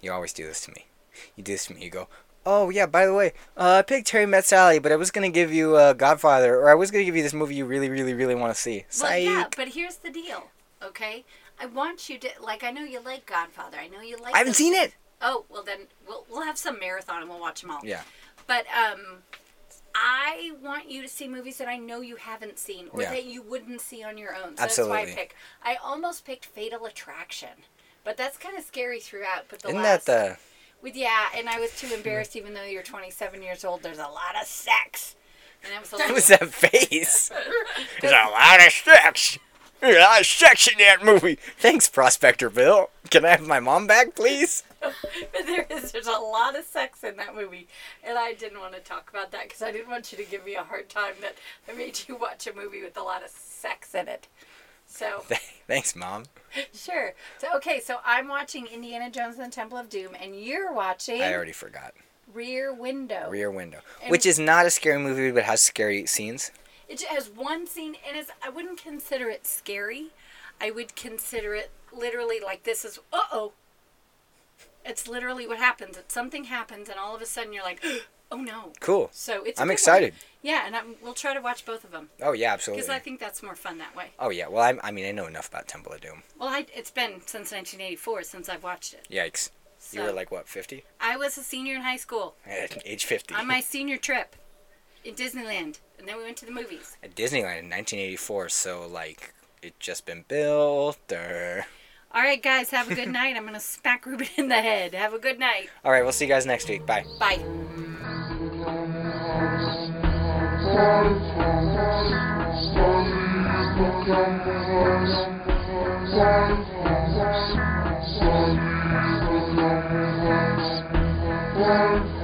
A: You always do this to me. You do this to me. You go, oh yeah. By the way, uh, I picked Terry Met Sally, but I was gonna give you uh, Godfather, or I was gonna give you this movie you really, really, really want to see. Psych.
C: Well, yeah, but here's the deal. Okay, I want you to like. I know you like Godfather. I know you like.
A: I haven't
C: those-
A: seen it.
C: Oh well, then we'll we'll have some marathon and we'll watch them all.
A: Yeah.
C: But um, I want you to see movies that I know you haven't seen or
A: Yeah.
C: that you wouldn't see on your own. So that's
A: Absolutely.
C: why I pick. I almost picked Fatal Attraction, but that's kind of scary throughout. But the
A: Isn't
C: last,
A: that the?
C: with yeah, and I was too embarrassed, even though you're 27 years old. There's a lot of sex, and that was a
A: What
C: little,
A: was that face? There's a lot of sex. There's a lot of sex in that movie. Thanks, Prospector Bill. Can I have my mom back, please?
C: there is there's a lot of sex in that movie, and I didn't want to talk about that because I didn't want you to give me a hard time that I made you watch a movie with a lot of sex in it. So.
A: Thanks, mom.
C: Sure. So okay, so I'm watching Indiana Jones and the Temple of Doom, and you're watching
A: I already forgot.
C: Rear Window.
A: Rear Window, which is not a scary movie, but has scary scenes.
C: It ju- has one scene, and it's I wouldn't consider it scary. I would consider it literally like this is uh oh. It's literally what happens. It's something happens, and all of a sudden you're like, oh no.
A: Cool.
C: So it's. a
A: I'm
C: good one.
A: excited.
C: Yeah, and I'm, we'll try to watch both of them
A: Oh yeah,
C: because
A: absolutely.
C: I think that's more fun that way.
A: Oh yeah. Well, I, I mean, I know enough about Temple of Doom.
C: Well, I, it's been since 1984 since I've watched it.
A: Yikes.
C: So
A: You were like what, fifty?
C: I was a senior in high school.
A: Age fifty.
C: on my senior trip in Disneyland, and then we went to the movies.
A: At Disneyland in 1984, so like it just been built or.
C: All right, guys, have a good night. I'm gonna smack Ruben in the head. Have a good night.
A: All right, we'll see you guys next week. Bye.
C: Bye.
E: Thank you.